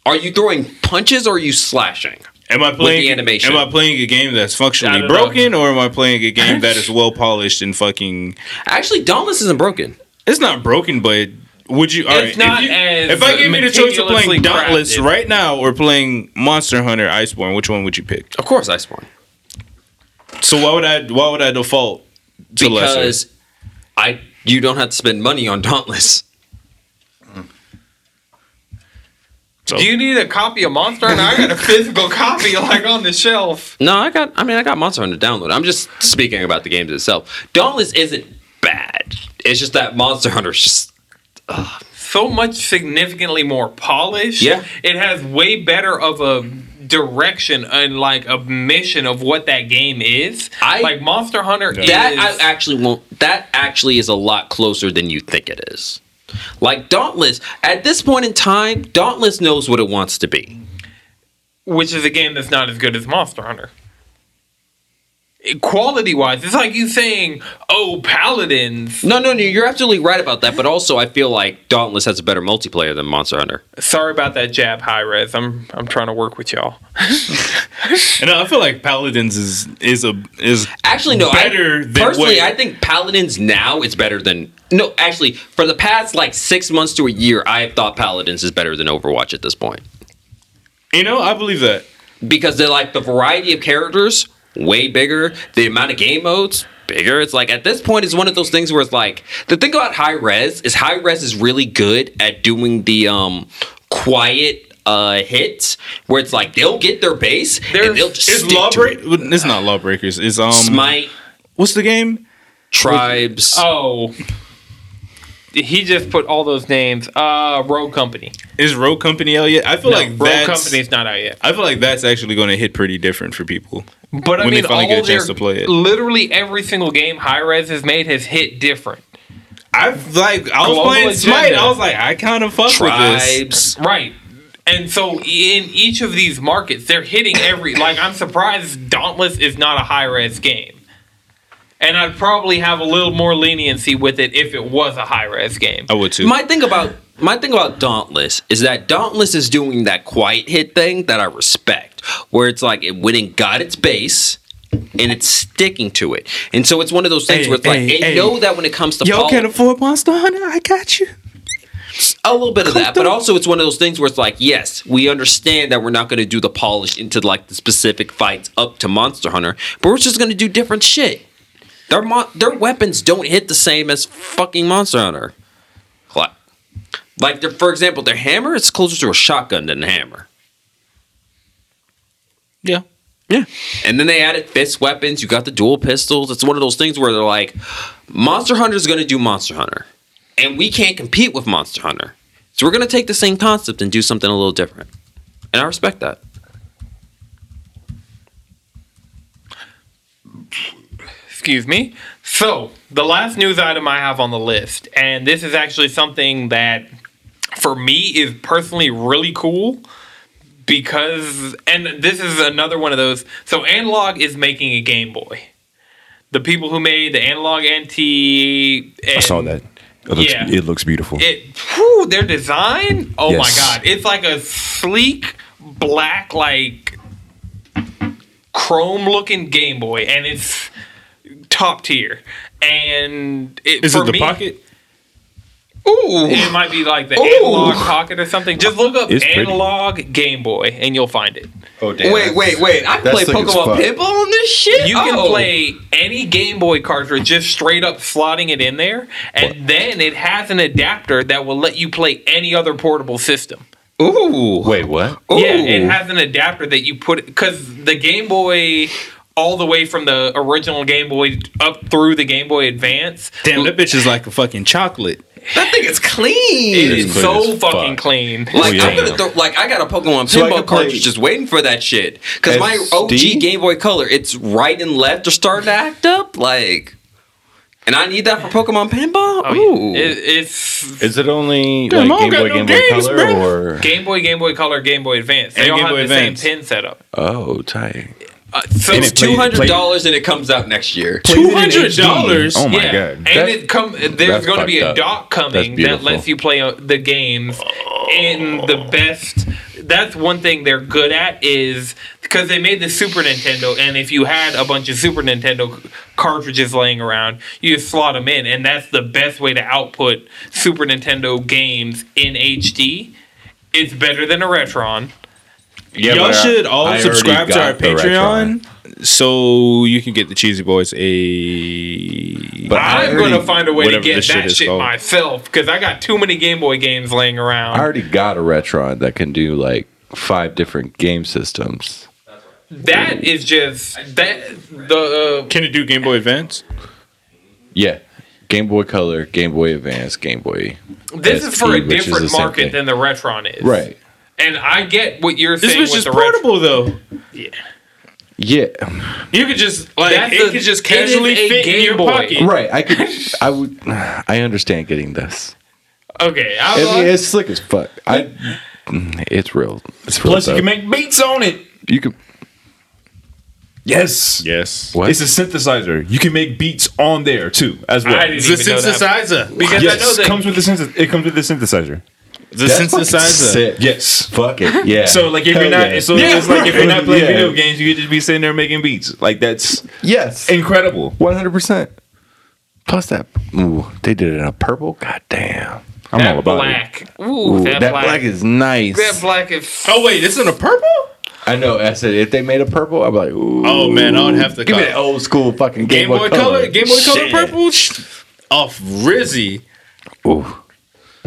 Are you throwing punches or are you slashing?
Am I playing
the animation.
Am I playing a game that's
I
functionally
don't know.
broken, or am I playing a game that is well polished and fucking?
Actually, Dauntless isn't broken.
It's not broken, but would you? All right,
It's not
if, you-
as
if I gave me the choice of
meticulously
playing Dauntless
crafted.
right now or playing Monster Hunter Iceborne, which one would you pick?
Of course, Iceborne.
So why would I? Why would I default to lesser?
Because I you don't have to spend money on Dauntless.
So-
Do you need a copy of Monster? And I got
[laughs]
a physical copy, like on the shelf.
No, I got I mean I got Monster Hunter download. I'm just speaking about the games itself. Dauntless isn't bad. It's just that Monster Hunter's just
So much significantly more polished.
Yeah.
It has way better of a direction and like a mission of what that game is.
I-
like Monster Hunter is
That I actually won't. That actually is a lot closer than you think it is. Like Dauntless, at this point in time, Dauntless knows what it wants to be.
which is a game that's not as good as Monster Hunter. Quality wise, it's like you saying, "Oh, Paladins."
No, no, no. You're absolutely right about that. But also, I feel like Dauntless has a better multiplayer than Monster Hunter.
Sorry about that jab, high res. I'm I'm trying to work with y'all.
And I feel like Paladins is is a is
Actually, no. I,
Better than
personally,
what-
I think Paladins now is better than. No, actually, for the past like six months to a year, I have thought Paladins is better than Overwatch at this point
you know I believe that.
because they're like the variety of characters way bigger, the amount of game modes bigger. It's like at this point, it's one of those things where it's like the thing about high res is high res is really good at doing the um quiet uh hits where it's like they'll get their base and they'll just
It's
stick to it.
lawbreak. It's not lawbreakers. It's um.
smite
What's the game?
tribes.
Oh, he just put all those names. Uh, Rogue Company.
Is Road Company out yet? I feel
No,
like
Rogue
that's.
Company's not out yet.
I feel like that's actually going to hit pretty different for people.
But I
when they
mean,
finally
all
get a chance
their-
to play it.
literally every single game high res has made has hit different.
I like I was
Global
playing Smite.
Oh, agenda.
I was like, I kind of fuck with this.
Tribes.
Right. And so in each of these markets, they're hitting every. Like, I'm surprised Dauntless is not a high res game. And I'd probably have a little more leniency with it if it was a high res game.
I would too.
My thing about my thing about Dauntless is that Dauntless is doing that quiet hit thing that I respect, where it's like it went and got its base. And it's sticking to it, and so it's one of those things
Hey,
where it's like
hey,
they
hey.
know that when it comes to
Y'all
poli-
can't afford Monster Hunter. I got you.
a little bit of that, but also it's one of those things where it's like, yes, we understand that we're not going to do the polish into like the specific fights up to Monster Hunter, but we're just going to do different shit. Their mon- their weapons don't hit the same as fucking Monster Hunter. Like, like their, for example, their hammer is closer to a shotgun than a hammer.
Yeah.
Yeah. And then they added fist weapons. You got the dual pistols. It's one of those things where they're like, Monster Hunter is going to do Monster Hunter. And we can't compete with Monster Hunter. So we're going to take the same concept and do something a little different. And I respect that.
Excuse me. So, the last news item I have on the list, and this is actually something that for me is personally really cool because, and this is another one of those. So, Analog is making a Game Boy. the people who made the analog NT. And
I saw that. It looks,
Yeah.
it looks beautiful.
It, whew, their design. Oh
Yes.
my god, it's like a sleek black, like chrome-looking Game Boy, and it's top tier. And it,
Is
for
it the
me-
pocket?
Ooh.
It might be like the analog pocket or something. Just look up
It's pretty.
analog Game Boy and you'll find it.
Oh damn!
Wait, wait, wait. I can
That's
play
sick as
Pokemon
fuck.
Pinball on this shit?
You can
Oh.
play any Game Boy cartridge, just straight up slotting it in there, and then it has an adapter that will let you play any other portable system.
Ooh.
Wait, what?
Ooh.
Yeah, it has an adapter that you put because the Game Boy, all the way from the original Game Boy up through the Game Boy Advance,
Damn, that bitch is like a fucking chocolate.
that thing is clean.
it is Oh,
clean
so
as
fucking
fuck.
clean.
Like
yeah.
I'm gonna throw, like I got a Pokemon
So I can
pinball
play-
cartridge just waiting for that shit. Cause my OG
SD?
Game Boy Color, it's right and left are starting to act up. Like, and I need that for Pokemon
Oh,
pinball.
yeah.
Ooh,
It- it's
Is it only
Damn, I
like
don't
Game
got
Boy,
no
Game Boy
games,
Color,
bruh.
or
Game Boy, Game Boy Color, Game Boy Advance. They
And
all
Game
have
Boy
the
Advance.
same pin setup.
oh, tight.
Uh, so
And it
it's two hundred dollars and it comes out next year.
Two hundred dollars.
Oh my
yeah.
god.
And it come there's
that's
going to be
fucked
a
up.
dock
That's
coming that
beautiful.
lets you play uh, the games in the best. That's one thing they're good at is because they made the Super Nintendo, and if you had a bunch of Super Nintendo c- cartridges laying around, you just slot them in, and that's the best way to output Super Nintendo games in HD. It's better than a Retron.
Yeah,
Y'all
but I-
should all
I already
subscribe to
got
our
the Retron.
Patreon so you can get the Cheesy Boys a.
But I
I'm going to
already-
find a way to
whatever
get
this shit
that
is
shit
called.
myself because I got too many Game Boy games laying around.
I already got a Retron that can do like five different game systems.
That is just that the
Can it do Game Boy Advance?
Yeah. Game Boy Color, Game Boy Advance, Game Boy.
uh, this is for a
SP, which is
different
the same
market
thing.
than the Retron is,
Right.
And I get what you're
This
saying
bitch
with
is
the Retron.
portable though.
Yeah.
You could just like
That's
it
a-
could just
it is
casually
a
fit in
Game
your
Boy.
pocket.
Right. I could [laughs] I would I understand getting this.
Okay, I
I
was
mean,
like,
it's slick as fuck. I mm, it's real. It's real.
Plus, you
dope.
can make beats on it. [laughs]
you can
Yes.
Yes.
What?
It's a synthesizer. You can make beats on there too, as well.
I didn't
The
even know that
[laughs] synthesizer.
because I know
Yes,
that
comes with the synth- it comes with the synthesizer.
The
That's fucking
synthesizer.
sick.
Yes.
Fuck it. [laughs] Yeah.
uh, So like if
Hell
you're not
yeah.
so it's like if you're not playing
[laughs] Yeah.
video games, you could just be sitting there making beats. Like that's
Yes.
incredible.
One hundred percent. Plus that ooh, they did it in a purple. God damn.
I'm all about it.
black. Ooh,
Ooh,
that, black.
is nice.
that black is.
Oh wait, it's in a purple?
I know. I said if they made a purple, I'd be like, ooh.
Oh man, I would have to
Give me
cop-
that old school fucking Game,
Game Boy Color, Game Boy Color
Shit.
purple. Shh. Off Rizzy.
Ooh.
Oh.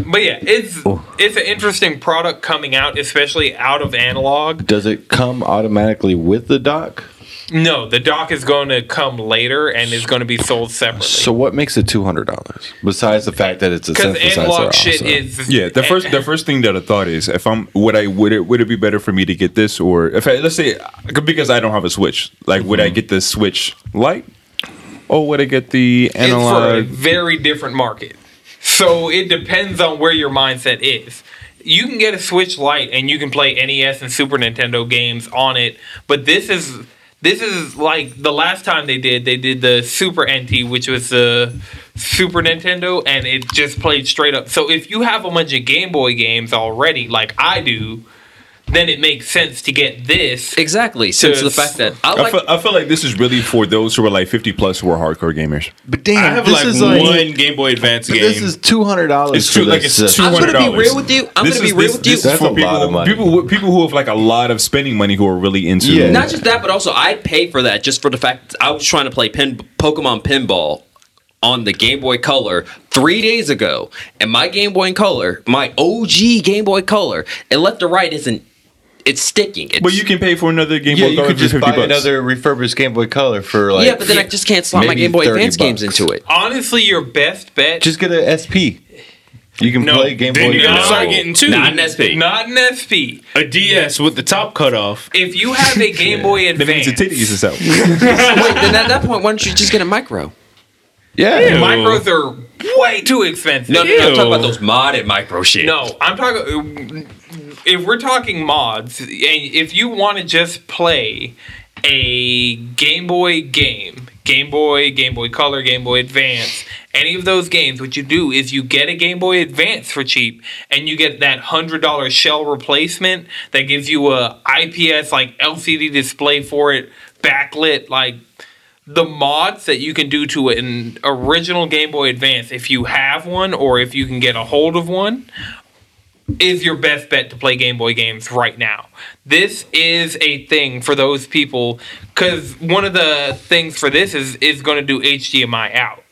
But yeah, it's it's an interesting product coming out, especially out of analog.
Does it come automatically with the dock?
No, the dock is going to come later and is going to be sold separately
So what makes it two hundred dollars besides the fact that it's a
because
synthesizer?
analog shit
also?
is
Yeah, the first the first thing that I thought is if I'm would I would it would it be better for me to get this or if I let's say because I don't have a Switch, like would I get the Switch Lite or would I get the
It's
analog?
for a very different market. So it depends on where your mindset is. You can get a Switch Lite and you can play NES and Super Nintendo games on it, but this is this is like the last time they did they did the Super NT, which was the Super Nintendo, and it just played straight up. So if you have a bunch of Game Boy games already, like I do, then it makes sense to get this.
exactly. Since the fact that I
I
like
feel, I feel like this is really for those who are like 50 plus who are hardcore gamers.
But damn,
I have
this
like
is
one Game Boy Advance game.
This is two hundred dollars. uh,
It's true, like it's two
I'm
hundred
gonna
dollars.
be real with you. I'm gonna be real with you.
This is
That's
for
a lot
people,
of money.
people, who- people who have like a lot of spending money who are really into.
Yeah.
Not just that, but also I'd pay for that just for the fact that I was trying to play pin, Pokemon Pinball on the Game Boy Color three days ago, and my Game Boy Color, my OG Game Boy Color, and left to right isn't. It's sticking. It's,
But you can pay for another Game
Yeah,
Boy
you
Color
could
for 50
just buy
bucks.
another refurbished Game Boy Color for like.
yeah, but then I just can't slot my
maybe
Game Boy
30
Advance games
bucks.
into it.
Honestly, your best bet
just get an SP. You can play Game
then
Boy.
you gotta
No.
start getting two.
Not an SP.
not an SP.
a DS with the top cut off.
If you have a Game
[laughs]
Boy
That means
Advance,
the titties is out.
Wait, then at that point, why don't you just get a micro?
yeah.
micros are way too expensive.
No,
No,
no, no. I'm talking
Ew.
about those modded micro shit.
I'm talking. If we're talking mods, and if you want to just play a Game Boy game, Game Boy, Game Boy Color, Game Boy Advance, any of those games, what you do is you get a Game Boy Advance for cheap and you get that $100 shell replacement that gives you a IPS like LCD display for it, backlit like the mods that you can do to an original Game Boy Advance if you have one or if you can get a hold of one is your best bet to play Game Boy games right now. This is a thing for those people cuz one of the things for this is is going to do HDMI out,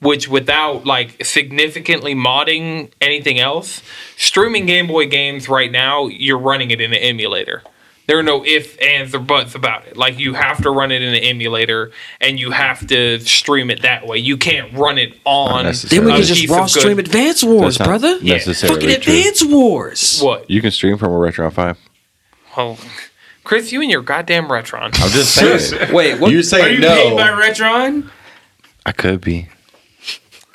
which without like significantly modding anything else, streaming Game Boy games right now, you're running it in an emulator. There are no ifs, ands, or buts about it. Like you have to run it in an emulator, and you have to stream it that way. You can't run it on.
necessarily.
Then we
a
can just
piece of
raw
Uh, good-
stream Advance Wars,
That's not
brother.
necessarily
Fucking
true.
Advance Wars.
What?
You can stream from a Retron 5.
Oh, Chris, you and your goddamn Retron.
I'm just saying.
Wait, what?
you
Are
say
you
no.
paid by Retron?
I could be.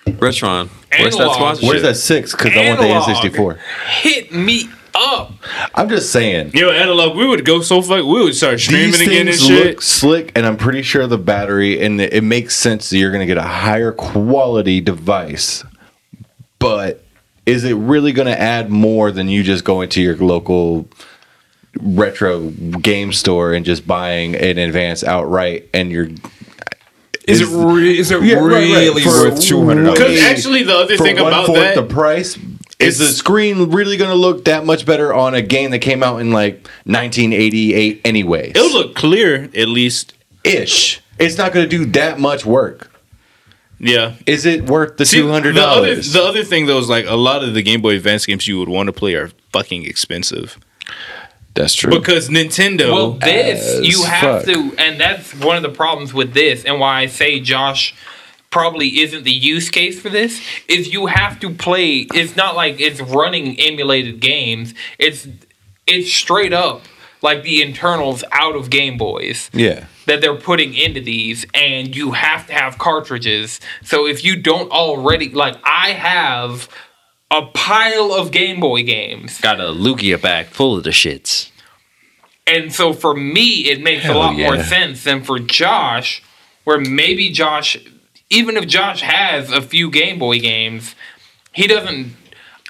Retron.
Where's that
Analog,
sponsorship? Where's that six? Because I want the
Analog.
N64.
hit me up.
I'm just saying.
Yo, analog, we would go so fuck. We would start
These
streaming again and
things
shit.
look slick, and I'm pretty sure the battery and the, it makes sense that you're going to get a higher quality device. But is it really going to add more than you just going to your local retro game store and just buying an advance outright? And you're
Is, it re- is it
Yeah, right, right.
really
For-
worth two hundred
Because
Hey,
dollars?
actually, the other
for
thing
one
about
fourth
that,
the price. Is the
It's-
screen really going to look that much better on a game that came out in like 1988 anyway?
it'll look clear at least.
ish. It's not going to do that much work.
Yeah.
Is it worth the
See,
two hundred
The other,
dollars?
the other thing though is like a lot of the Game Boy Advance games you would want to play are fucking expensive
That's true.
because Nintendo.
Well, this you have
fuck.
to, and that's one of the problems with this, and why I say Josh probably isn't the use case for this. Is you have to play. It's not like it's running emulated games. It's it's straight up like the internals out of Game Boys.
yeah.
that they're putting into these and you have to have cartridges so if you don't already like i have a pile of game boy games
Got a Lugia bag full of the shits.
and so for me it makes a lot more
yeah.
sense than for josh where maybe josh even if josh has a few game boy games he doesn't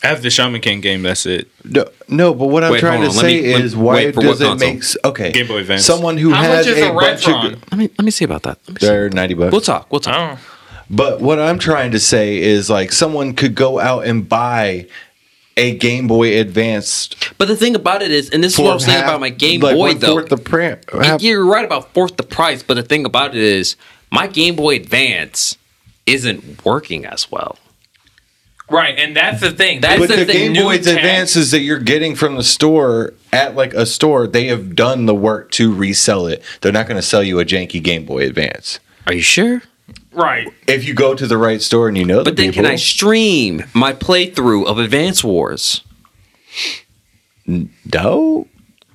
I have the Shaman King game. That's it.
No, no, but what I'm
Wait,
trying
hold
to
on, let
say
me- let-
is why
wait, for what
does it
console?
make s- okay
Game Boy Advance.
Someone who
how
has
much is
a,
a
bunch
retron
of
Let me let me see about that. Let me see.
they're ninety bucks.
We'll talk. We'll talk.
oh
But what I'm trying to say is like someone could go out and buy a Game Boy Advance
But the thing about it is, and this is what I'm saying
half-
about my Game
like,
Boy
one
though.
fourth the print.
Yeah,
half-
You're right about fourth the price, but the thing about it is, my Game Boy Advance isn't working as well.
right and that's the thing
That's
but
the
the,
thing,
Game
new
Boy
tech-
Advances that you're getting from the store at like a store, they have done the work to resell it. They're not going to sell you a janky Game Boy Advance.
Are you sure?
right
If you go to the right store and you know,
But
the
then,
people,
can I stream my playthrough of Advance Wars?
no.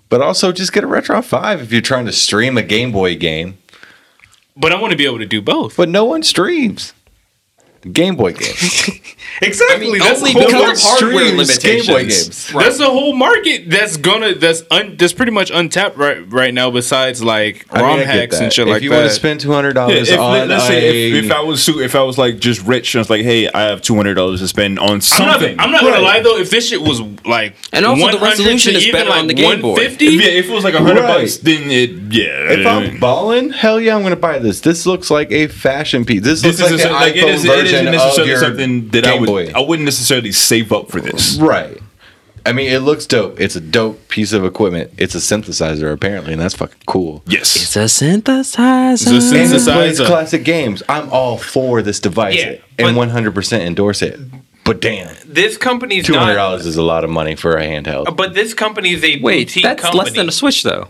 But also, just get a Retro Five if you're trying to stream a Game Boy game.
But I want to be able to do both.
But no one streams Game Boy
[laughs]
games.
Exactly. that's
only
the whole
because
mar-
of hardware limitations.
Game Boy games.
that's the whole market that's gonna that's un, that's pretty much untapped right right now. Besides like
I mean,
ROM
I get
hacks
that.
and shit
if
like
you
that.
to spend two hundred dollars
if,
on,
let's say
a-
if, if I was su- if I was like just rich and I was like, hey, I have two hundred dollars to spend on
I'm not,
something.
I'm not gonna lie though, if this shit was like
And also the
100
resolution
to
is
even,
better on the Game Boy.
150,
If, yeah, if it was like a hundred
Right.
bucks, then it yeah.
If I'm balling, hell yeah, I'm gonna buy this. This looks like a fashion piece. This,
this
looks
is
like an
like
iPhone
it is, it
version
isn't
of
necessarily
your
something that
Game
I would
Boy.
I wouldn't necessarily save up for this.
right. I mean, it looks dope. It's a dope piece of equipment. It's a synthesizer, apparently, and that's fucking cool.
Yes.
It's a synthesizer.
It's a
And it plays
Synthesizer.
classic games. I'm all for this device
Yeah, but-
and 100% endorse it. But damn,
this company's
two hundred
not
dollars is a lot of money for a handheld.
but this company is a
Wait,
boutique
that's
company.
less than a Switch though.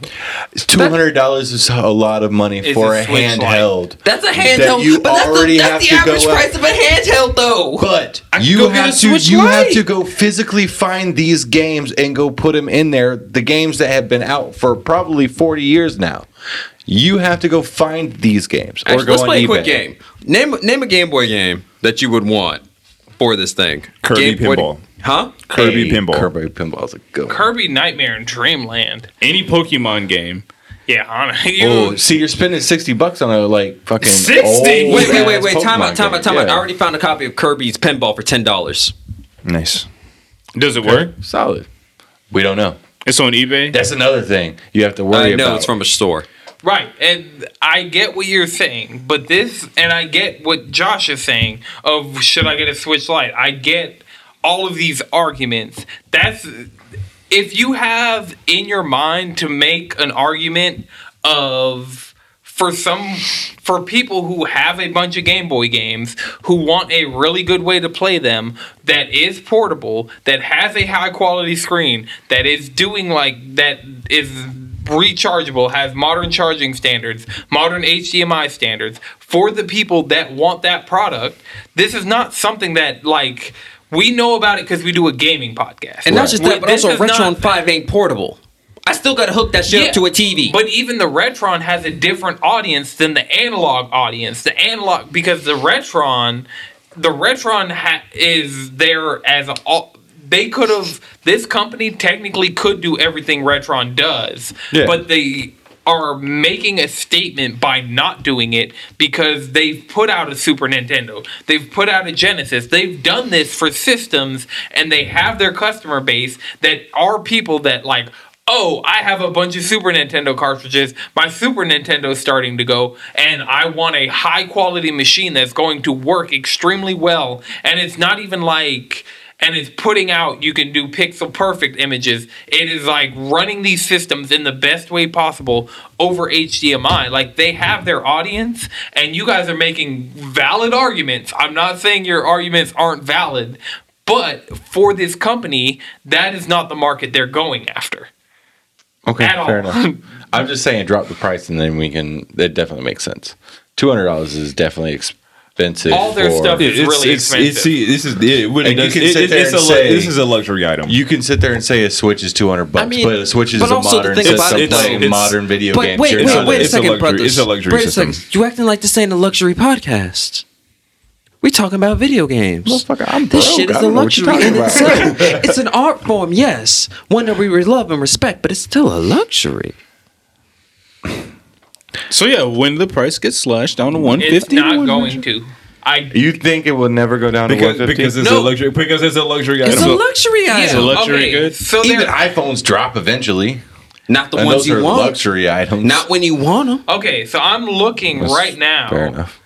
Two hundred dollars is a lot of money
It's
for
a
a,
Switch Lite.
handheld.
That's a handheld.
you
but that's,
already
the, that's
have
the
to go out-
average price of a handheld though.
But
could
you
go get
have
a
to
Switch
you
Lite.
have to go physically find these games and go put them in there. The games that have been out for probably forty years now. You have to go find these games or
Actually,
go
let's
on
play
eBay.
a quick game. Name name a Game Boy game that you would want for this thing.
Kirby
Game Boy-
Pinball.
Huh?
Kirby
Hey,
pinball.
Kirby pinball is a good. One.
Kirby Nightmare in Dreamland.
any Pokemon game.
Yeah, honestly, [laughs] you,
Oh, see, you're spending sixty bucks on a like fucking
60?
old
Wait,
Wait, wait, wait,
ass
wait. Time
Pokemon
out, time out,
game.
time out. I
Yeah.
already found a copy of Kirby's Pinball for $10.
Nice.
Does it work?
solid. We don't know.
It's on eBay.
That's another thing you have to worry
I know
about.
it's from a store.
right. And I get what you're saying, but this, and I get what Josh is saying of should I get a Switch Lite? I get all of these arguments. That's if you have in your mind to make an argument of for some for people who have a bunch of Game Boy games who want a really good way to play them that is portable that has a high quality screen that is doing like that is rechargeable has modern charging standards modern HDMI standards for the people that want that product this is not something that like we know about it because we do a gaming podcast
And not just
Wait,
that, but
this
also
is
Retron
not-
5 ain't portable. I still got to hook that shit
Yeah,
up to a TV.
But even the Retron has a different audience than the analog audience. The analog because the Retron, the Retron ha- is there as a. All, they could have. This company technically could do everything Retron does, but they are making a statement by not doing it because they've put out a Super Nintendo, they've put out a Genesis, they've done this for systems, and they have their customer base that are people that like oh, I have a bunch of Super Nintendo cartridges. My Super Nintendo's starting to go, and I want a high quality machine that's going to work extremely well. And it's not even like. And it's putting out, you can do pixel perfect images. It is like running these systems in the best way possible over HDMI. Like they have their audience, and you guys are making valid arguments. I'm not saying your arguments aren't valid, but for this company, that is not the market they're going after.
Okay,
at
fair
all.
enough. [laughs] I'm just saying, drop the price, and then we can. That definitely makes sense. Two hundred dollars is definitely expensive.
All their
for-
stuff is really expensive.
see, this is it. Really
And you
does-
can
it-
sit
it-
there
it's
and
a lu-
say-
this is a luxury item.
You can sit there and say a Switch is two hundred bucks,
I mean,
but a Switch is
but
a
also to
modern
think
system
about it,
playing
it's-
modern video
But
games.
wait,
You're
wait,
not-
a-
wait a
it's a
second,
luxury-
brothers.
it's a luxury
Wait a
system.
second. You acting like this ain't a luxury podcast. We talking about video games.
Motherfucker, I'm
this
broke.
shit is
I
a
don't know what
luxury
you're
in
talking about. [laughs]
itself. it's an art form, yes, one that we love and respect, but it's still a luxury.
So yeah, when the price gets slashed down to one
It's
fifty,
not going to. I
You think it will never go down
because,
to one
because
fifty?
it's
No.
a luxury because it's a luxury
It's a
item.
luxury item.
luxury good.
So
Even
there.
iPhones drop eventually.
Not the
And
ones
those
you
are
want.
luxury items.
Not when you want them.
Okay, so I'm looking
That's
right now.
Fair enough.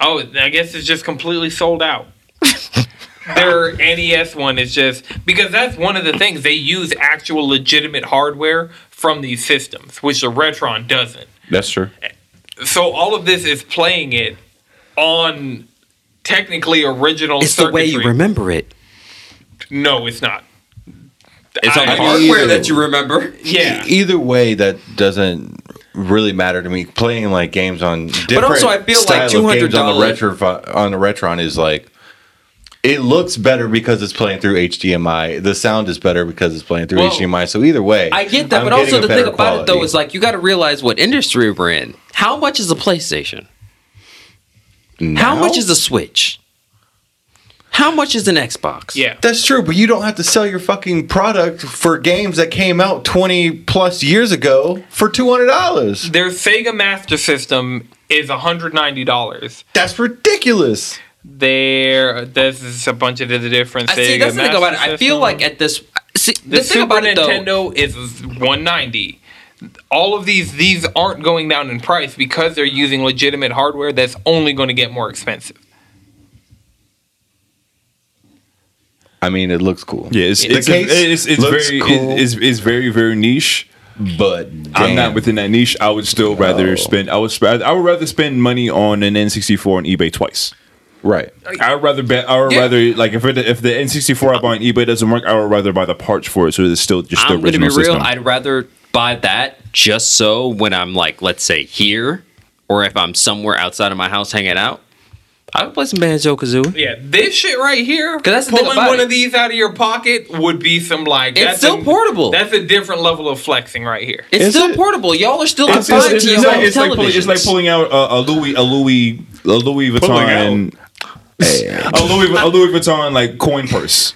Oh, I guess it's just completely sold out. [laughs] Their NES one is just because that's one of the things they use actual legitimate hardware from these systems, which the Retron doesn't.
That's true.
So all of this is playing it on technically original
It's the way you
circuitry.
remember it.
No, it's not.
It's
I-
on
I-
hardware that you remember.
Yeah.
E- Either way, that doesn't really matter to me. Playing like games on different but
also, I feel like
on the
$200
retro on the retron is like it looks better because it's playing through HDMI. The sound is better because it's playing through
Well,
HDMI. So either way,
I get that,
I'm
but
getting
also
a
the thing
better
about it though
quality.
is like you got to realize what industry we're in. How much is a PlayStation? How
Now?
much is a Switch? How much is an Xbox?
Yeah.
That's true, but you don't have to sell your fucking product for games that came out 20 plus years ago for $200.
Their Sega Master System is $190.
That's ridiculous.
There, this is a bunch of the different
I see.
Sega
That's the thing about it.
Master
I
System.
feel like at this, see,
the,
the, thing
Super
about it though,
Nintendo is 190. All of these these aren't going down in price because they're using legitimate hardware that's only going to get more expensive.
I mean, it looks cool.
Yeah, it's
The
it's, a-
case
it's, it's
looks
very
cool.
it's, it's very very niche.
but
I'm not within that niche. I would still rather spend. I would. sp- I would rather spend money on an N64 and eBay twice.
Right.
I would rather bet. I would
Yeah.
rather like if it, if the N64 I buy on eBay doesn't work, I would rather buy the parts for it. So it's still just
I'm
the
going to be
original
real.
system.
I'd rather buy that just so when I'm like, let's say here, or if I'm somewhere outside of my house hanging out, I would play some banjo kazooie.
Yeah, this shit right here.
'Cause that's the thing
pulling
about
one
it.
of these out of your pocket would be some like.
It's still
a,
portable.
That's a different level of flexing right here.
It's
Is
still
it?
portable. Y'all are still
it's, it's,
confined
it's,
to
it's
your
like,
own
it's, like pulling, it's
television.
like pulling out a, a Louis a Louis a Louis
Pulling out.
Vuitton a Louis a Louis Vuitton like coin purse.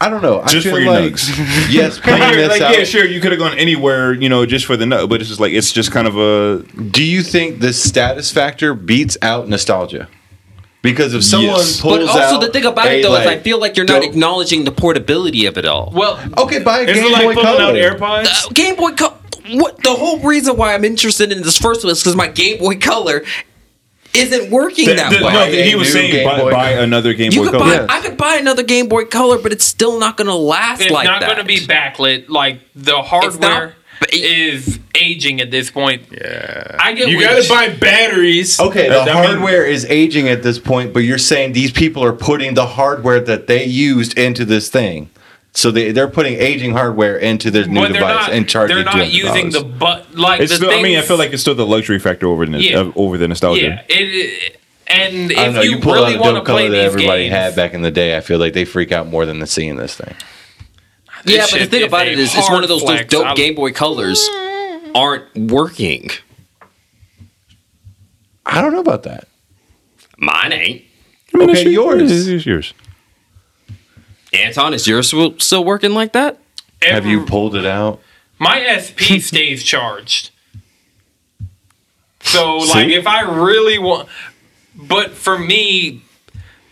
I don't know. I
Just
feel
for your
like yes,
Like,
playing
yeah,
this
like,
out.
yeah, sure, you could have gone anywhere, you know, just for the nut, but it's just like it's just kind of a
Do you think the status factor beats out nostalgia? Because if someone
Yes.
pulls
But also
out
the thing about
a,
it though is I feel like you're not
dope-
acknowledging the portability of it all.
Well,
okay, buy a
Is
Game
it like
Boy
pulling out
Color.
AirPods?
Uh, Game Boy Color. What the whole reason why I'm interested in this first one is because my Game Boy Color isn't working that
The- the-
way.
no, he
A
was
new
saying
Game
buy,
Boy
buy
Color.
another Game
you
Boy
could
Color.
buy. I could buy another Game Boy Color, but it's still not going to last
it's
like
not
that.
going to be backlit. Like the
not-
hardware
but it-
is aging at this point. Yeah, I get.
You
what
gotta buy batteries.
Okay, the
I mean-
hardware is aging at this point, but you're saying these people are putting the hardware that they used into this thing. So they, they're putting aging hardware into their new
But they're
device
not.
and charging
they're not
$200.
using the but like
It's
the
still, I mean, I
things-
feel like it's still the luxury factor over the
Yeah.
uh, over the nostalgia.
yeah. It, and
I don't
if
know.
you,
You, pull
really
out a
want to
dope color
play
that
these
everybody
games,
had back in the day. I feel like they freak out more than the seeing this thing.
yeah,
This
but the
shit
thing
is
about
a
it is, it's
hard
one of those, those
flex.
dope
I-
Game Boy Colors aren't working.
I don't know about that.
Mine ain't.
I mean,
Okay,
it's
yours.
It's, it's yours.
Anton, is yours still- still working like that?
every-
Have you pulled it out?
[laughs] my SP stays charged. So like
See?
if I really want but for me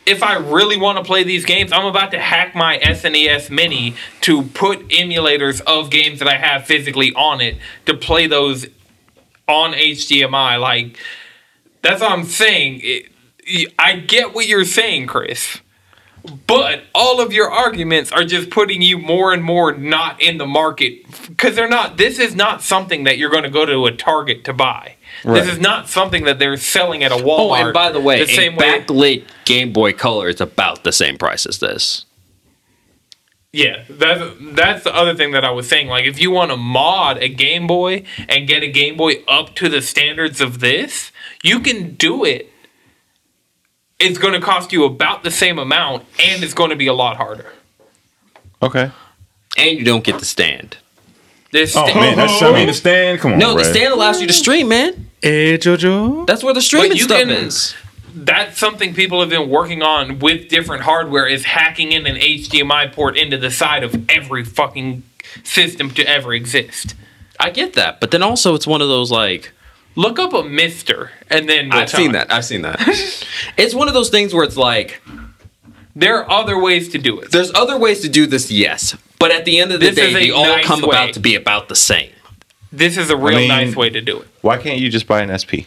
if I really want to play these games, I'm about to hack my SNES mini to put emulators of games that I have physically on it to play those on HDMI like that's what I'm saying. It- I get what you're saying, Chris. But all of your arguments are just putting you more and more not in the market because they're not. This is not something that you're going to go to a Target to buy.
Right.
This is not something that they're selling at a Walmart.
Oh, and by the way,
the same
a
way.
backlit Game Boy Color is about the same price as this.
Yeah, that's that's the other thing that I was saying. Like, if you want to mod a Game Boy and get a Game Boy up to the standards of this, you can do it. It's going to cost you about the same amount, and it's going to be a lot harder.
Okay.
And you don't get the stand.
This
Oh man, that's I mean, the stand. Come on,
No, the
Brad.
stand allows you to stream, man.
Hey, Jojo.
That's where the streaming
But you
stuff
can-
is.
that's something people have been working on with different hardware is hacking in an HDMI port into the side of every fucking system to ever exist.
I get that, but then also it's one of those like
Look up a mister and then we'll
I've seen
talk.
that. I've seen that.
[laughs]
it's one of those things where it's like
There are other ways to do it.
there's other ways to do this, yes, but at the end of the
This
day,
is a
they all
nice
come
way.
about to be about the same.
This is a real
mean-
nice way to do it.
Why can't you just buy an SP?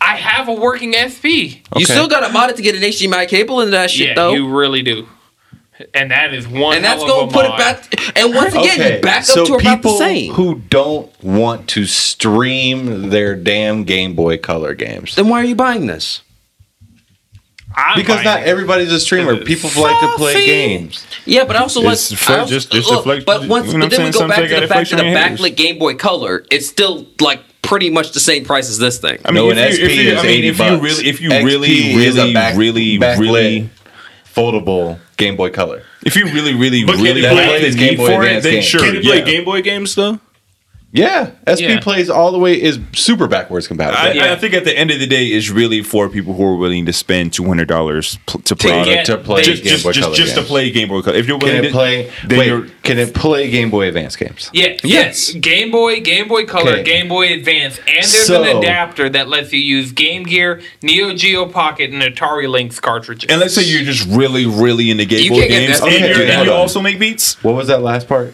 I have a working SP.
You still got to mod it to get an HDMI cable into that shit
yeah,
though.
you really do. And that is one.
and that's
hell
gonna
of a
put it
mod.
back. And once again, you back up to about the same.
who don't want to stream their damn Game Boy Color games
then why are you buying this?
I'm
because
buying
not
it.
everybody's a streamer. People like to play
Fussy.
games.
Yeah, but I also like
It's flex-
I also-
just- just
look,
deflect-
But once,
you know what
but
I'm
then
saying?
we go
Sometimes
back
you
to
gotta
the fact
flex
that the
on your haters.
backlit Game Boy Color, it's still like pretty much the same price as this thing.
I mean,
No,
if
an
you, if
SP
you,
is
I mean,
80
if you
bucks.
really, if you
XP
really,
is a
really,
back-
really,
backlit
really,
Foldable Game Boy Color.
if you really, really,
But can
really
you play
like the
these Game
need
Boy
for it,
Advance
then
games?
sure,
Can you play
yeah.
Game Boy games though?
Yeah, SP
Yeah.
plays all the way is super
I,
backwards compatible.
I think at the end of the day, it's really for people who are willing to spend two hundred dollars to play.
get
to play
just,
Game
just,
Boy
just,
Color
just to
games.
play Game Boy Color. If you're willing
Can
to
it play?
then you're-
Wait, can it play Game Boy Advance games?
Yeah,
Yes.
yes. Game Boy, Game Boy Color,
Okay.
Game Boy Advance, and there's an
So-
adapter that lets you use Game Gear, Neo Geo Pocket, and Atari Lynx cartridges.
and let's say you're just really, really into Game
You
Boy
can't get
games,
that-
and,
Okay,
you're, and
hold
you
on.
also make beats.
What was that last part?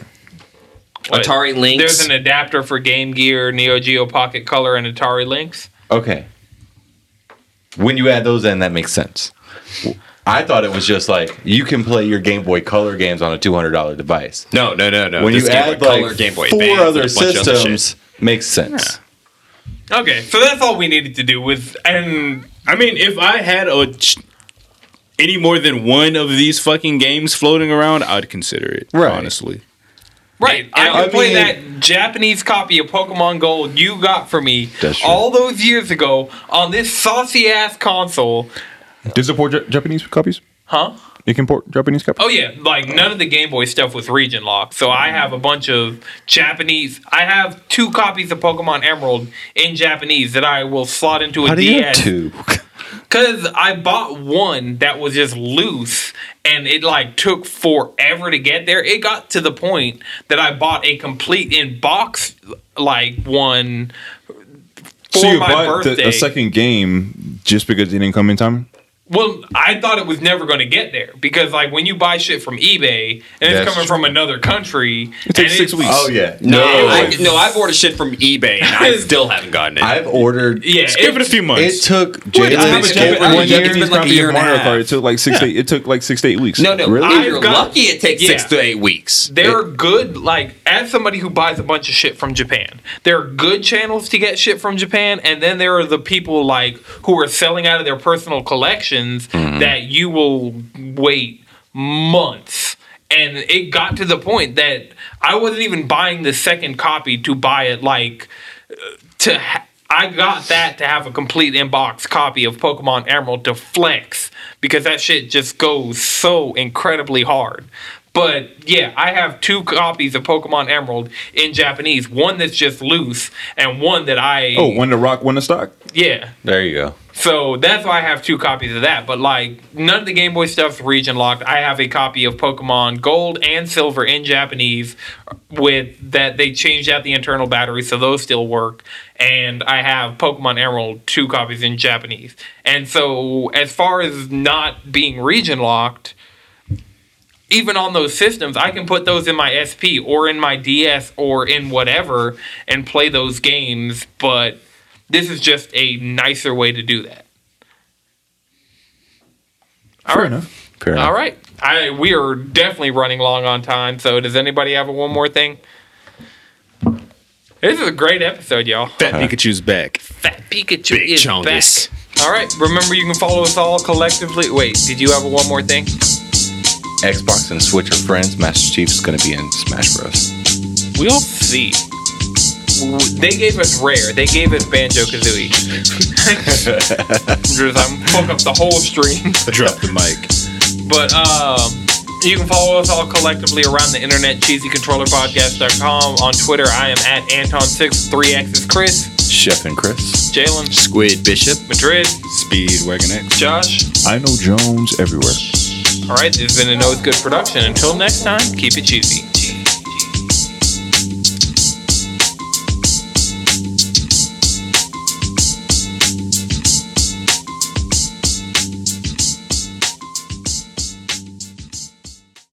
But
Atari Lynx.
There's an adapter for Game Gear, Neo Geo Pocket Color, and Atari Lynx.
Okay. When you add those in, that makes sense. I thought it was just like you can play your Game Boy Color games on a two hundred dollar device.
no, no, no, no.
when
Oh, This
you
Game Boy
add
Color,
like
Game Boy
four
Advance,
other
and a bunch of other shit.
systems, makes sense.
Okay, so that's all we needed to do with and
I mean, if I had a ch- any more than one of these fucking games floating around, I'd consider it.
Right.
Honestly,
right. I,
I
can play
mean-
that Japanese copy of Pokemon Gold you got for me
That's true.
all those years ago on this saucy ass console,
Does it port Ja- Japanese copies?
huh?
You can port Japanese copies.
Oh yeah, like none of the Game Boy stuff was region locked. So I have a bunch of Japanese. I have two copies of Pokemon Emerald in Japanese that I will slot into a
How do you have
DS.
two?
[laughs] Cause I bought one that was just loose and it like took forever to get there. It got to the point that I bought a complete in box like one for
So you
my
bought the,
birthday.
a second game just because it didn't come in time?
Well, I thought it was never going to get there because, like, when you buy shit from eBay and
That's
it's coming from another country, it
takes six weeks.
Oh yeah,
No,
No.
I, no, I've ordered shit from eBay and I still haven't gotten it.
I've ordered.
Yeah,
Give it a few months.
It took
I haven't
Jalen's
done it.
over one
It's been
year.
like a year and a
Mario
half.
Kart. It took like six. To eight, it took like six to eight weeks.
no, no,
really?
if
I've
you're
got-
lucky, it takes six
Yeah.
to eight weeks.
There are
It-
good, like, as somebody who buys a bunch of shit from Japan, there are good channels to get shit from Japan, and then there are the people, like, who are selling out of their personal collections that you will wait months. And it got to the point that I wasn't even buying the second copy to buy it, like, uh, to. Ha- I got that to have a complete inbox copy of Pokemon Emerald to flex because that shit just goes so incredibly hard. But yeah, I have two copies of Pokemon Emerald in Japanese. One that's just loose, and one that I
Oh, one to rock, one to stock.
yeah.
There you go.
So that's why I have two copies of that. But like none of the Game Boy stuff's region locked. I have a copy of Pokemon Gold and Silver in Japanese with that they changed out the internal battery, so those still work. And I have Pokemon Emerald two copies in Japanese. And so as far as not being region locked, even on those systems, I can put those in my SP or in my DS or in whatever and play those games, but this is just a nicer way to do that. All right.
Fair
All right. I we are definitely running long on time, so does anybody have a one more thing? This is a great episode, y'all.
Fat Pikachu's back.
Fat Pikachu
Big
is
chongus.
back. All right. Remember, you can follow us all collectively. Wait, did you have a one more thing?
Xbox and Switch are friends. Master Chief's gonna be in Smash Bros.
We'll see. W- They gave us Rare. They gave us Banjo Kazooie. I'm fuck up the whole stream.
Drop the mic.
But um, you can follow us all collectively around the internet, cheesycontrollerpodcast.com. On Twitter, I am at Anton6, 3X is Chris,
Chef and Chris.
Jalen,
Squid Bishop.
Madrid,
Speed Wagon X.
Josh.
I know Jones everywhere.
All right, this has been a Nose Good production. Until next time, keep it cheesy.